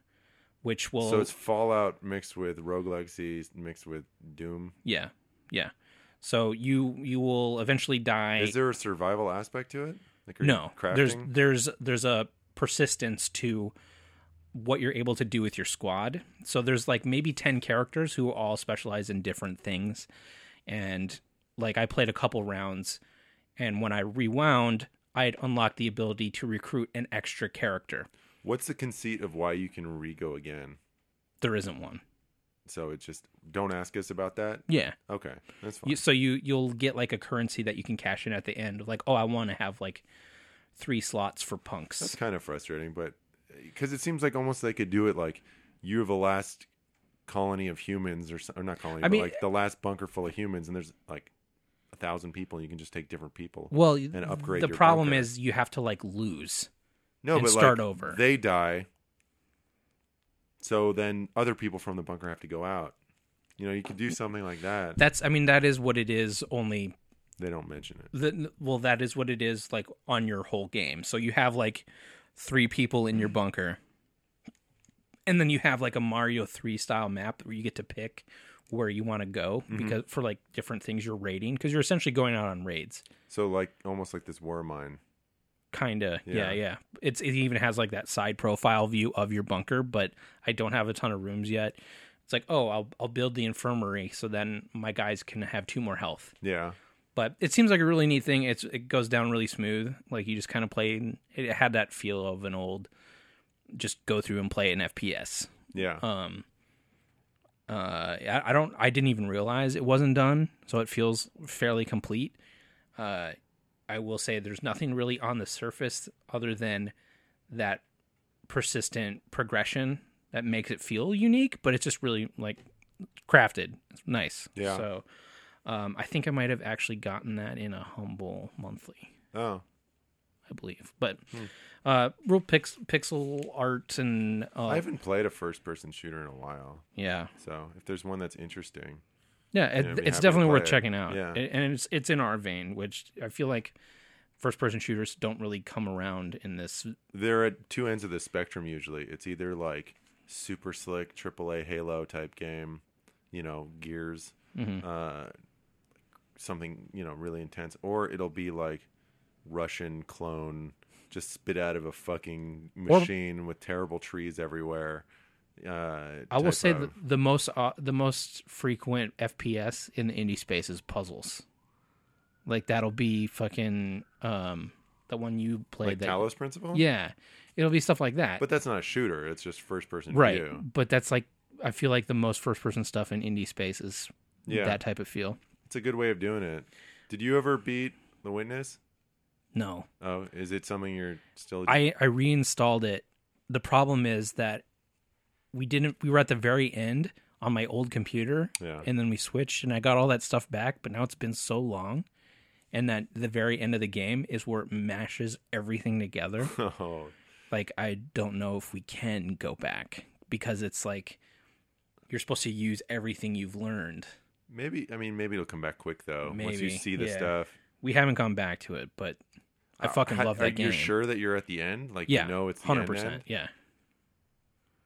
which will So it's Fallout mixed with Rogue Legacy mixed with Doom. yeah yeah so you you will eventually die Is there a survival aspect to it? Like are you no crafting. there's there's there's a persistence to what you're able to do with your squad so there's like maybe 10 characters who all specialize in different things and like i played a couple rounds and when i rewound i had unlocked the ability to recruit an extra character What's the conceit of why you can re-go again? there isn't one So it's just don't ask us about that. Yeah. Okay, that's fine. You, so you you'll get like a currency that you can cash in at the end. Like, oh, I want to have like three slots for punks. That's kind of frustrating, but because it seems like almost they could do it like you have a last colony of humans or, so- or not colony, I but mean- like the last bunker full of humans, and there's like a thousand people. You can just take different people. well, and upgrade The your problem bunker. is you have to like lose. No, and but start like, over. They die, so then other people from the bunker have to go out. You know, you could do something like that. That's I mean that is what it is. Only They don't mention it. the well that is what it is like on your whole game. So you have like three people in your bunker, and then you have like a Mario three style map where you get to pick where you want to go because for like different things you're raiding because you're essentially going out on raids. So like almost like this war mine. kinda yeah. yeah Yeah. it's it even has like that side profile view of your bunker but i don't have a ton of rooms yet it's like oh i'll, I'll build the infirmary so then my guys can have two more health Yeah, but it seems like a really neat thing it's it goes down really smooth like you just kind of play it had that feel of an old just go through and play an fps yeah. um uh I, I don't i didn't even realize it wasn't done so it feels fairly complete uh i will say there's nothing really on the surface other than that persistent progression that makes it feel unique but it's just really like crafted it's nice Yeah. so um i think i might have actually gotten that in a humble monthly oh, i believe but Hmm. uh real pix- pixel art and uh, I haven't played a first-person shooter in a while. yeah So if there's one that's interesting, Yeah, it, I'd be it's happy to definitely play worth it. checking out. Yeah. A- and it's it's in our vein, which I feel like first person shooters don't really come around in this. they're at two ends of the spectrum usually. It's either like super slick AAA Halo type game, you know, Gears, Mm-hmm. uh, something you know really intense, or it'll be like Russian clone, just spit out of a fucking machine with terrible trees everywhere. Uh, I will type say of- the, the most uh, the most frequent FPS in the indie space is puzzles. Like that'll be fucking um the one you played like that Talos Principle. yeah, it'll be stuff like that. but that's not a shooter. It's just first person right, view. but that's like I feel like the most first person stuff in indie space is Yeah. that type of feel. It's a good way of doing it. Did you ever beat The Witness? No, Oh, is it something you're still? I I reinstalled it. The problem is that we didn't. We were at the very end on my old computer, Yeah. and then we switched, and I got all that stuff back. But now it's been so long, and that the very end of the game is where it mashes everything together. Oh, like I don't know if we can go back because it's like you're supposed to use everything you've learned. maybe. I mean, maybe it'll come back quick though. Once you Maybe, see the yeah. stuff, We haven't gone back to it, but I fucking How- love are that game. you sure that you're at the end? Like, Yeah, you know, it's hundred hundred percent. percent. Yeah.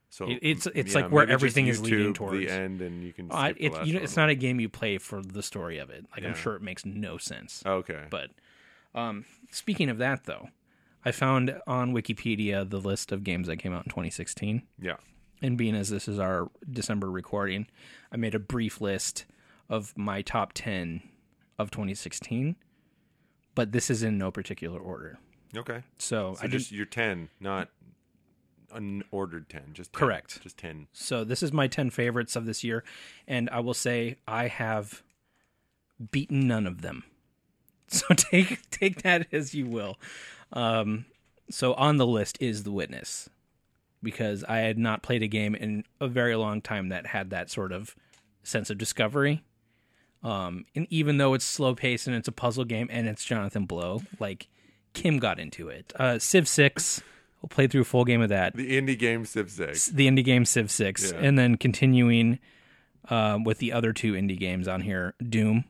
So It- it's- m- it's like where maybe just everything is leading YouTube towards. the end, and you can. Oh, I, skip the it, last you know, one. it's not a game you play for the story of it. Like Yeah. I'm sure it makes no sense. Oh, okay. But um, speaking of that, though, I found on Wikipedia the list of games that came out in 2016. yeah. And being as this is our December recording, I made a brief list of my top 10 of 2016. But this is in no particular order. Okay. So, So I just just you're ten, not unordered ten. Just 10, Correct. Just ten. so this is my 10 favorites of this year, and I will say I have beaten none of them. So take take that as you will. Um, so on the list is The Witness because I had not played a game in a very long time that had that sort of sense of discovery. Um, and even though it's slow paced and it's a puzzle game and it's Jonathan Blow, like Kim got into it. Uh, Civ Six, we'll play through a full game of that The indie game Civ Six. the indie game Civ Six, Yeah. and then continuing um, with the other two indie games on here, Doom,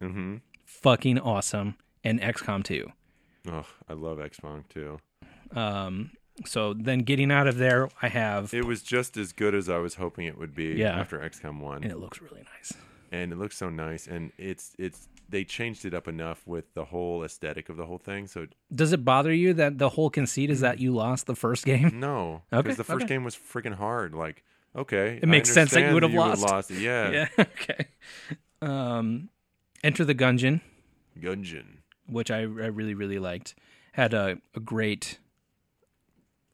Mm-hmm. fucking awesome, and XCOM Two. Oh, I love Xbox too. Um, so then getting out of there, I have, It was just as good as I was hoping it would be Yeah. after XCOM One. and it looks really nice. and it looks so nice and it's it's they changed it up enough with the whole aesthetic of the whole thing so Does it bother you that the whole conceit is that you lost the first game? no Okay, because the first okay. game was freaking hard like okay it makes sense that you would have lost. it. yeah, yeah. Okay. Um, Enter the Gungeon, gungeon which I, I really really liked, had a, a great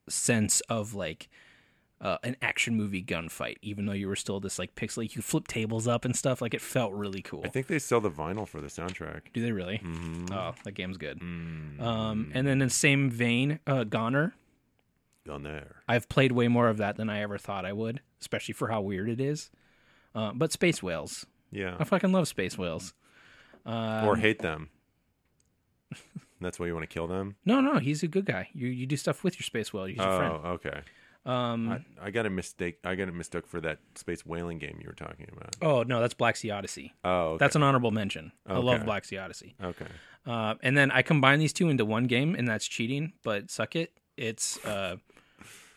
sense of like uh, an action movie gunfight, even though you were still this like pixel. You could flip tables up and stuff. Like it felt really cool. I think they sell the vinyl for the soundtrack. Do they really? Mm-hmm. Oh, that game's good. Um, and then in the same vein, uh, Goner. Gone there. I've played way more of that than I ever thought I would, especially for how weird it is. Uh, but space whales, I Yeah. fucking love space whales. or hate them. That's why you want to kill them. No, no, he's a good guy. You you do stuff with your space whale. He's your Oh, friend. okay. Um, I, I got a mistake. I got it mistook for that space whaling game you were talking about. oh no, that's Black Sea Odyssey. Oh, okay. That's an honorable mention. I Okay. love Black Sea Odyssey. okay. Uh, and then I combine these two into one game, and that's cheating. But suck it. It's uh,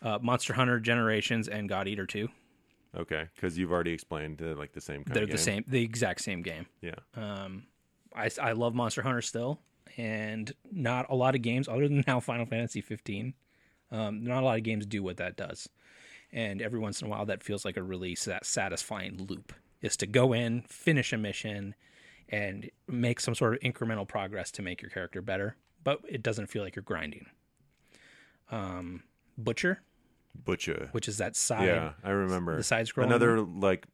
uh, Monster Hunter Generations and God Eater Two. Okay, because you've already explained uh, like the same kind. They're of the game. same, the exact same game. Yeah. Um, I, I love Monster Hunter still, and not a lot of games other than now Final Fantasy 15. Um, not a lot of games do what that does, and every once in a while that feels like a really sa- satisfying loop is to go in, finish a mission, and make some sort of incremental progress to make your character better, but it doesn't feel like you're grinding. Um, Butcher, Butcher. which is that side, yeah, I remember the side scrolling Another like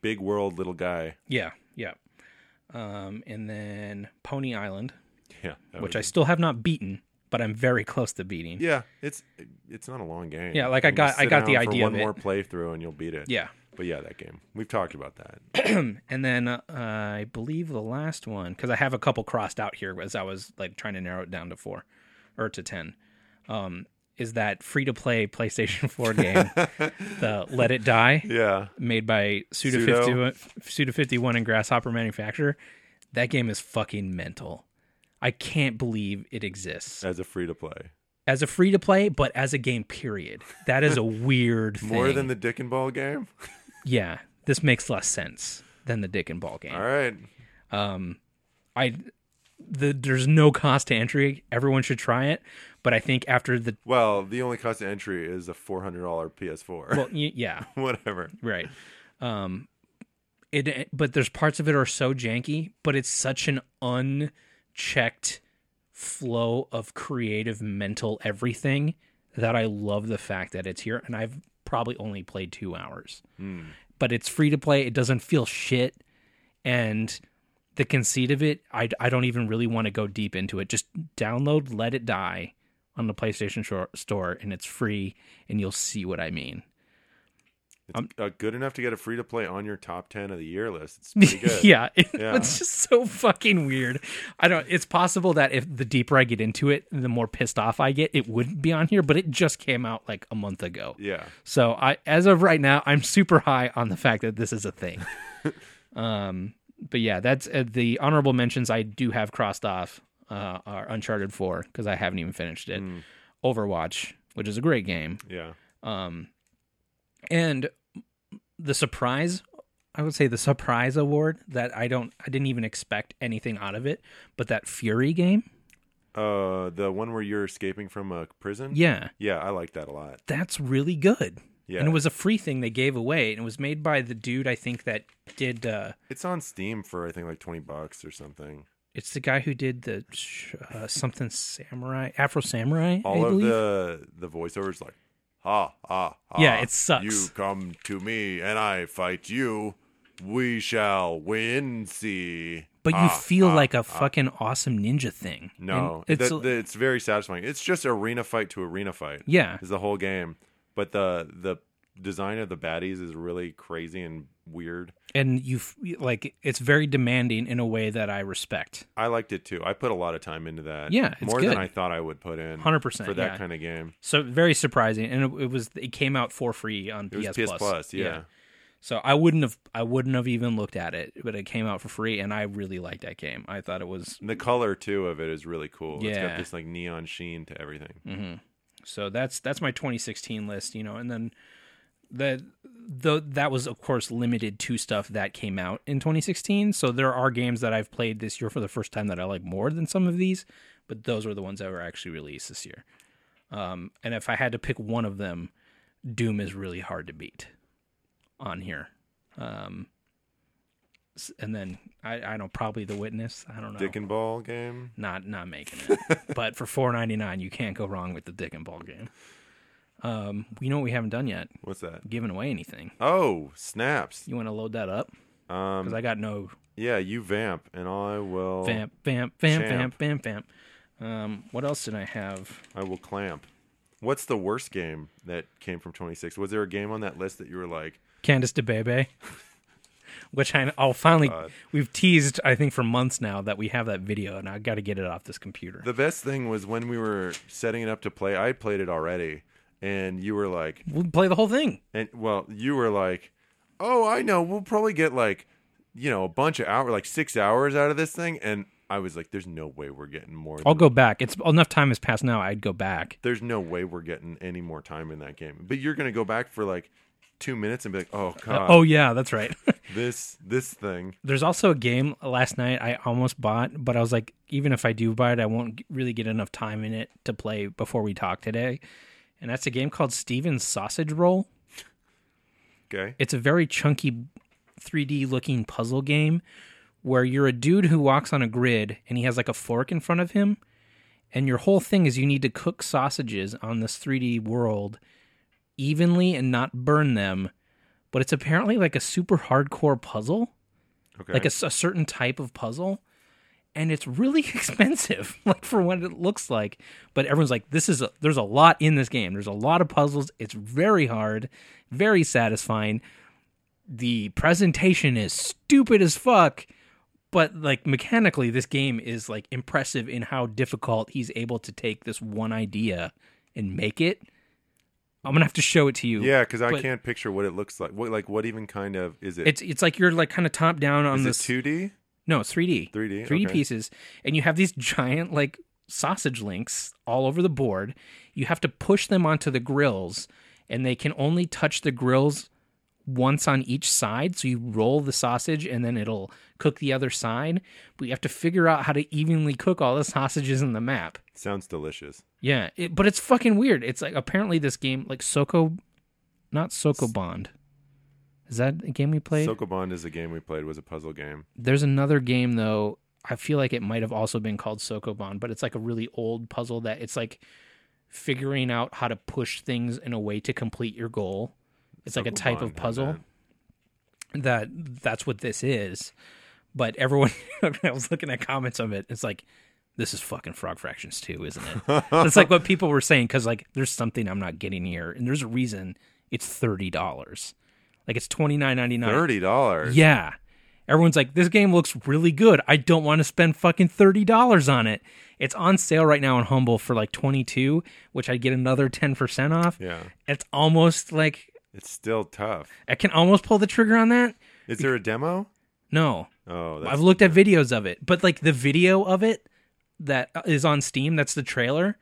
big world little guy. yeah, yeah, um, and then Pony Island. Yeah. that which I was- still have not beaten, but I'm very close to beating. Yeah, it's it's not a long game. Yeah, like I You got- just I sit got the down for idea of One more it. playthrough and you'll beat it. Yeah. But yeah, that game. We've talked about that. And then uh, I believe the last one, because I have a couple crossed out here as I was like trying to narrow it down to four or to 10, um, is that free to play PlayStation 4 game, the Let It Die, Yeah. made by Suda, Sudo. 50, Suda 51 and Grasshopper Manufacturer. That game is fucking mental. I can't believe it exists As a free to play. as a free to play, but as a game. Period. That is a weird thing. More than the Dick and Ball game? yeah, this makes less sense than the dick and ball game. All right. I the, there's no cost to entry. Everyone should try it, but I think after the Well, the only cost of entry is a four hundred dollar PS4. well, y- yeah, Whatever. right. Um it- it but there's parts of it are so janky, but it's such an unchecked flow of creative mental everything that I love the fact that it's here and I've probably only played 2 hours. But it's free to play, it doesn't feel shit and the conceit of it, I, I don't even really want to go deep into it. Just download Let It Die on the PlayStation shor- Store, and it's free, and you'll see what I mean. It's um, uh, good enough to get a free to play on your top ten of the year list. It's pretty good. yeah, it- Yeah. it's just so fucking weird. I don't. It's possible that if the deeper I get into it, the more pissed off I get, it wouldn't be on here. But it just came out like a month ago, Yeah. so I, as of right now, I'm super high on the fact that this is a thing. um, but yeah, that's uh, the honorable mentions I do have crossed off uh, are Uncharted Four because I haven't even finished it. Hmm. Overwatch, which is a great game, Yeah. um, and the surprise i would say the surprise award that i don't i didn't even expect anything out of it but that fury game Uh, the one where you're escaping from a prison. yeah Yeah, I like that a lot. that's really good Yeah. and it was a free thing they gave away and it was made by the dude i think that did uh It's on Steam for I think like twenty bucks or something. it's the guy who did the sh- uh, something samurai afro samurai All i of believe the the voiceovers like, ha ha ha. Yeah, it sucks. You come to me and I fight you. We shall win. See, but you Ah, feel ah, like a ah." fucking awesome ninja thing And No, it's it's a- it's very satisfying. It's just arena fight to arena fight. yeah is the whole game. But the the design of the baddies is really crazy and weird. and you f- like it's very demanding in a way that i respect I liked it too. I put a lot of time into that. Yeah, it's more good. than I thought I would put in. 100%, for that yeah. kind of game. So very surprising, and it, it was it came out for free on It was PS, PS, Plus. yeah. So I wouldn't have I wouldn't have even looked at it, but it came out for free, and I really liked that game. I thought it was And the color too of it is really cool. It's Yeah. Mm-hmm. got this like neon sheen to everything. so that's that's my 2016 list, you know, and then the though that was of course limited to stuff that came out in 2016. So there are games that I've played this year for the first time that I like more than some of these, but those are the ones that were actually released this year. Um, and if I had to pick one of them, Doom is really hard to beat on here. Um, s- and then I, I don't probably the witness. I don't know Dick and Ball game. not not making it. but for four ninety nine, you can't go wrong with the dick and ball game. Um, you know what we haven't done yet? What's that? Giving away anything. Oh, snaps. You want to load that up? Because Um, I got no yeah, you vamp, and I will. vamp, vamp, vamp, Champ. vamp, vamp, vamp. Um, what else did I have? I will clamp. What's the worst game that came from 26? Was there a game on that list that you were like, Candice DeBebe, which I, I'll finally we've teased I think for months now that we have that video and I got to get it off this computer. The best thing was when we were setting it up to play. I had played it already, and you were like, we'll play the whole thing. and well, you were like, oh, I know. We'll probably get like, you know, a bunch of hour, like six hours out of this thing. And I was like, there's no way we're getting more. I'll than- go back. It's enough time has passed now. I'd go back. There's no way we're getting any more time in that game. But you're gonna go back for like two minutes and be like, oh god, oh yeah, that's right. this this thing. There's also a game last night I almost bought, but I was like, even if I do buy it, I won't g- really get enough time in it to play before we talk today. And that's a game called Steven's Sausage Roll. Okay. it's a very chunky 3D looking puzzle game where you're a dude who walks on a grid and he has like a fork in front of him and your whole thing is you need to cook sausages on this 3D world evenly and not burn them but it's apparently like a super hardcore puzzle Okay. like a, s- a certain type of puzzle and it's really expensive like for what it looks like but everyone's like this is a, there's a lot in this game there's a lot of puzzles it's very hard very satisfying the presentation is stupid as fuck but like mechanically this game is like impressive in how difficult he's able to take this one idea and make it i'm gonna have to show it to you yeah, because I but- can't picture what it looks like. What like what even kind of is it? it's it's like you're like kind of top down on is this it 2D? No, it's 3D. 3D, 3D okay. pieces. And you have these giant like sausage links all over the board. You have to push them onto the grills and they can only touch the grills once on each side. So you roll the sausage and then it'll cook the other side. But you have to figure out how to evenly cook all the sausages in the map. Sounds delicious. Yeah, it, but it's fucking weird. It's like apparently this game like Soko not Socobond. Is that a game we played? Sokobond is a game we played. Was a puzzle game. There's another game though. I feel like it might have also been called Sokoban, but it's like a really old puzzle that it's like figuring out how to push things in a way to complete your goal. It's like a type Sokoban of had puzzle that that's what this is. But everyone, I was looking at comments of it. It's like this is fucking Frog Fractions too, isn't it? That's like what people were saying because like there's something I'm not getting here, and there's a reason it's thirty dollars. Like it's twenty nine ninety nine. Thirty dollars. Yeah. Everyone's like, this game looks really good. I don't want to spend fucking thirty dollars on it. It's on sale right now on Humble for like twenty two, which I get another ten percent off. Yeah. It's almost like It's still tough. I can almost pull the trigger on that. Is there a demo? No, Oh, that's, I've looked at videos of it, but like the video of it that uh, is on Steam, that's the trailer,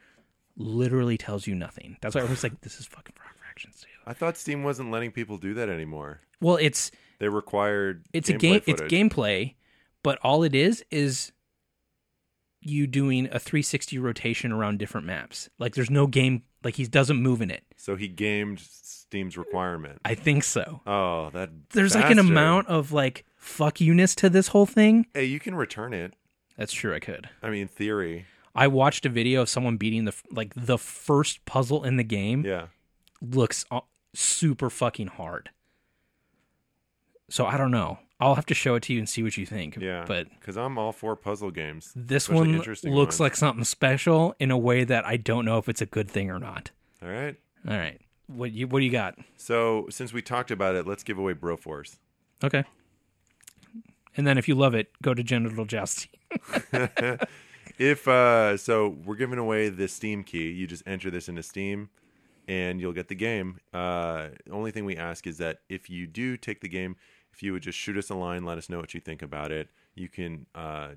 literally tells you nothing. That's why I was like, this is fucking Frog Fractions too. I thought Steam wasn't letting people do that anymore. Well, it's They required. it's a gameplay game it's footage. gameplay but all it is is you doing a 360 rotation around different maps like there's no game like he doesn't move in it So he gamed Steam's requirement. i think so Oh, that. there's like an bastard. amount of like fuck you-ness to this whole thing Hey, you can return it. that's true i could I mean, in theory. i watched a video of someone beating the f- like the first puzzle in the game Yeah. looks a- super fucking hard so i don't know i'll have to show it to you and see what you think Yeah. but because I'm all for puzzle games. This especially one looks interesting ones. like something special in a way that I don't know if it's a good thing or not. All right. All right. What you what do you got? So since we talked about it, let's give away Broforce. Okay. And then if you love it, go to genital joust. If uh so we're giving away the Steam key. You just enter this into Steam and you'll get the game. Uh only thing we ask is that if you do take the game, if you would just shoot us a line, let us know what you think about it. You can uh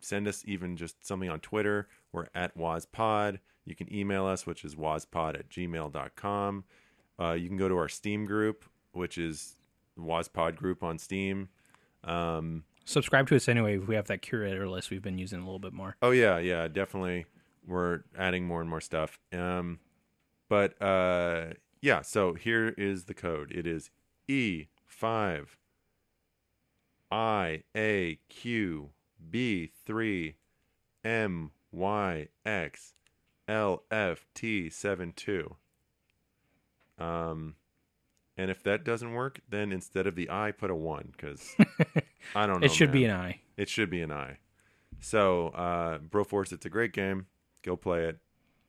send us even just something on Twitter. We're at WazPod. You can email us, which is wazpod at gmail.com. Uh, you can go to our Steam group, which is WazPod group on Steam. Um, Subscribe to us anyway. We have that curator list we've been using a little bit more. Oh yeah, yeah, definitely. We're adding more and more stuff. Um, but uh, yeah. So here is the code. It is E five I A Q B three M Y X L F T seven two. Um, and if that doesn't work, then instead of the I, put a one because I don't know. it should be Oh, man. an eye. It should be an I. So, uh, Broforce, it's a great game. Go play it.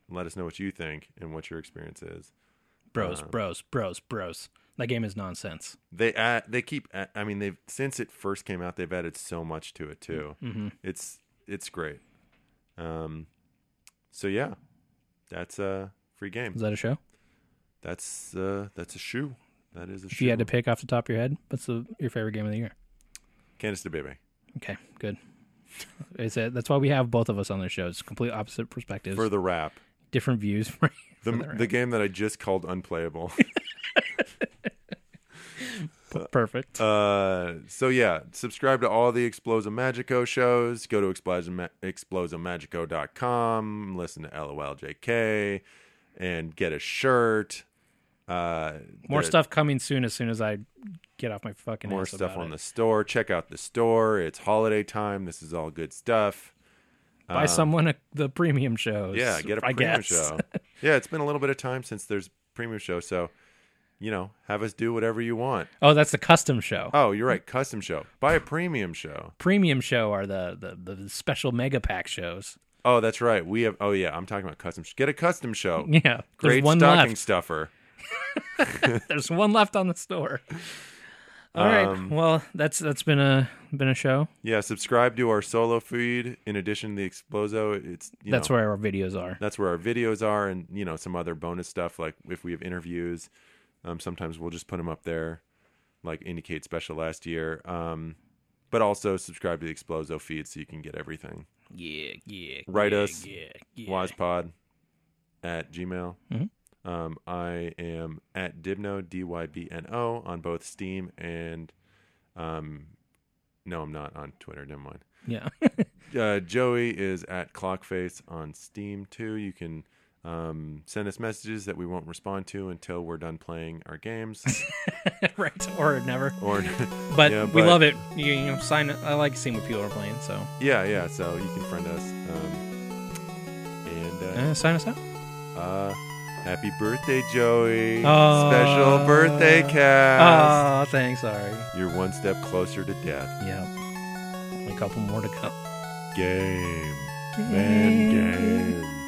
And let us know what you think and what your experience is. Bros, Uh, bros, bros, bros. That game is nonsense. They add, they keep. a- I mean, they've since it first came out, they've added so much to it too. hmm It's it's great. Um, so yeah, that's a free Is game. that a show? That's uh, that's a shoe. That is a If shoe. you had to pick off the top of your head, what's the, your favorite game of the year? Candice DeBebe. Okay, good. It's a, that's why we have both of us on their shows. Complete opposite perspectives, for the rap. different views. Right? The, For the the game that I just called unplayable. Perfect. uh, so yeah, subscribe to all the Explosa Magico shows. Go to explosima- explosamagico.com, listen to LOLJK, and get a shirt. Uh, More the- stuff coming soon. As soon as I get off my fucking More ass stuff about on it. the store. Check out the store. It's holiday time. This is all good stuff. buy someone a, the premium shows. uh, Yeah, get a I premium guess. show. yeah, it's been a little bit of time since there's premium show, so you know, have us do whatever you want. Oh, that's the custom show. Oh, you're right. Custom show. Buy a premium show. premium show are the, the the special mega pack shows. Oh, that's right. We have. Oh, yeah. I'm talking about custom. Sh- Get a custom show. Yeah, Great there's one stocking left. stuffer. There's one left on the store. All right. Um, Well, that's that's been a been a show. Yeah. Subscribe to our solo feed. In addition to the Exploso, it's you That's know, where our videos are. that's where our videos are, and you know some other bonus stuff like if we have interviews. Um, sometimes we'll just put them up there, like indicate special last year. Um, but also subscribe to the Exploso feed so you can get everything. Yeah, yeah. Write yeah, us. Yeah, yeah. wisepod at gmail. Mhm. Um, I am at Dibno, D Y B N O, on both Steam and. Um, no, I'm not on Twitter. Never mind. Yeah. Uh, Joey is at Clockface on Steam too. You can um, send us messages that we won't respond to until we're done playing our games. right. Or never. or But, Yeah, we but- love it. You, you know, sign. I like seeing what people are playing. So yeah, yeah. So you can friend us. Um, and uh, uh, sign us out. Uh, happy birthday, Joey! Oh. Special birthday cast. Oh, thanks. Sorry. You're one step closer to death. Yeah. A couple more to come. Game. Man, game.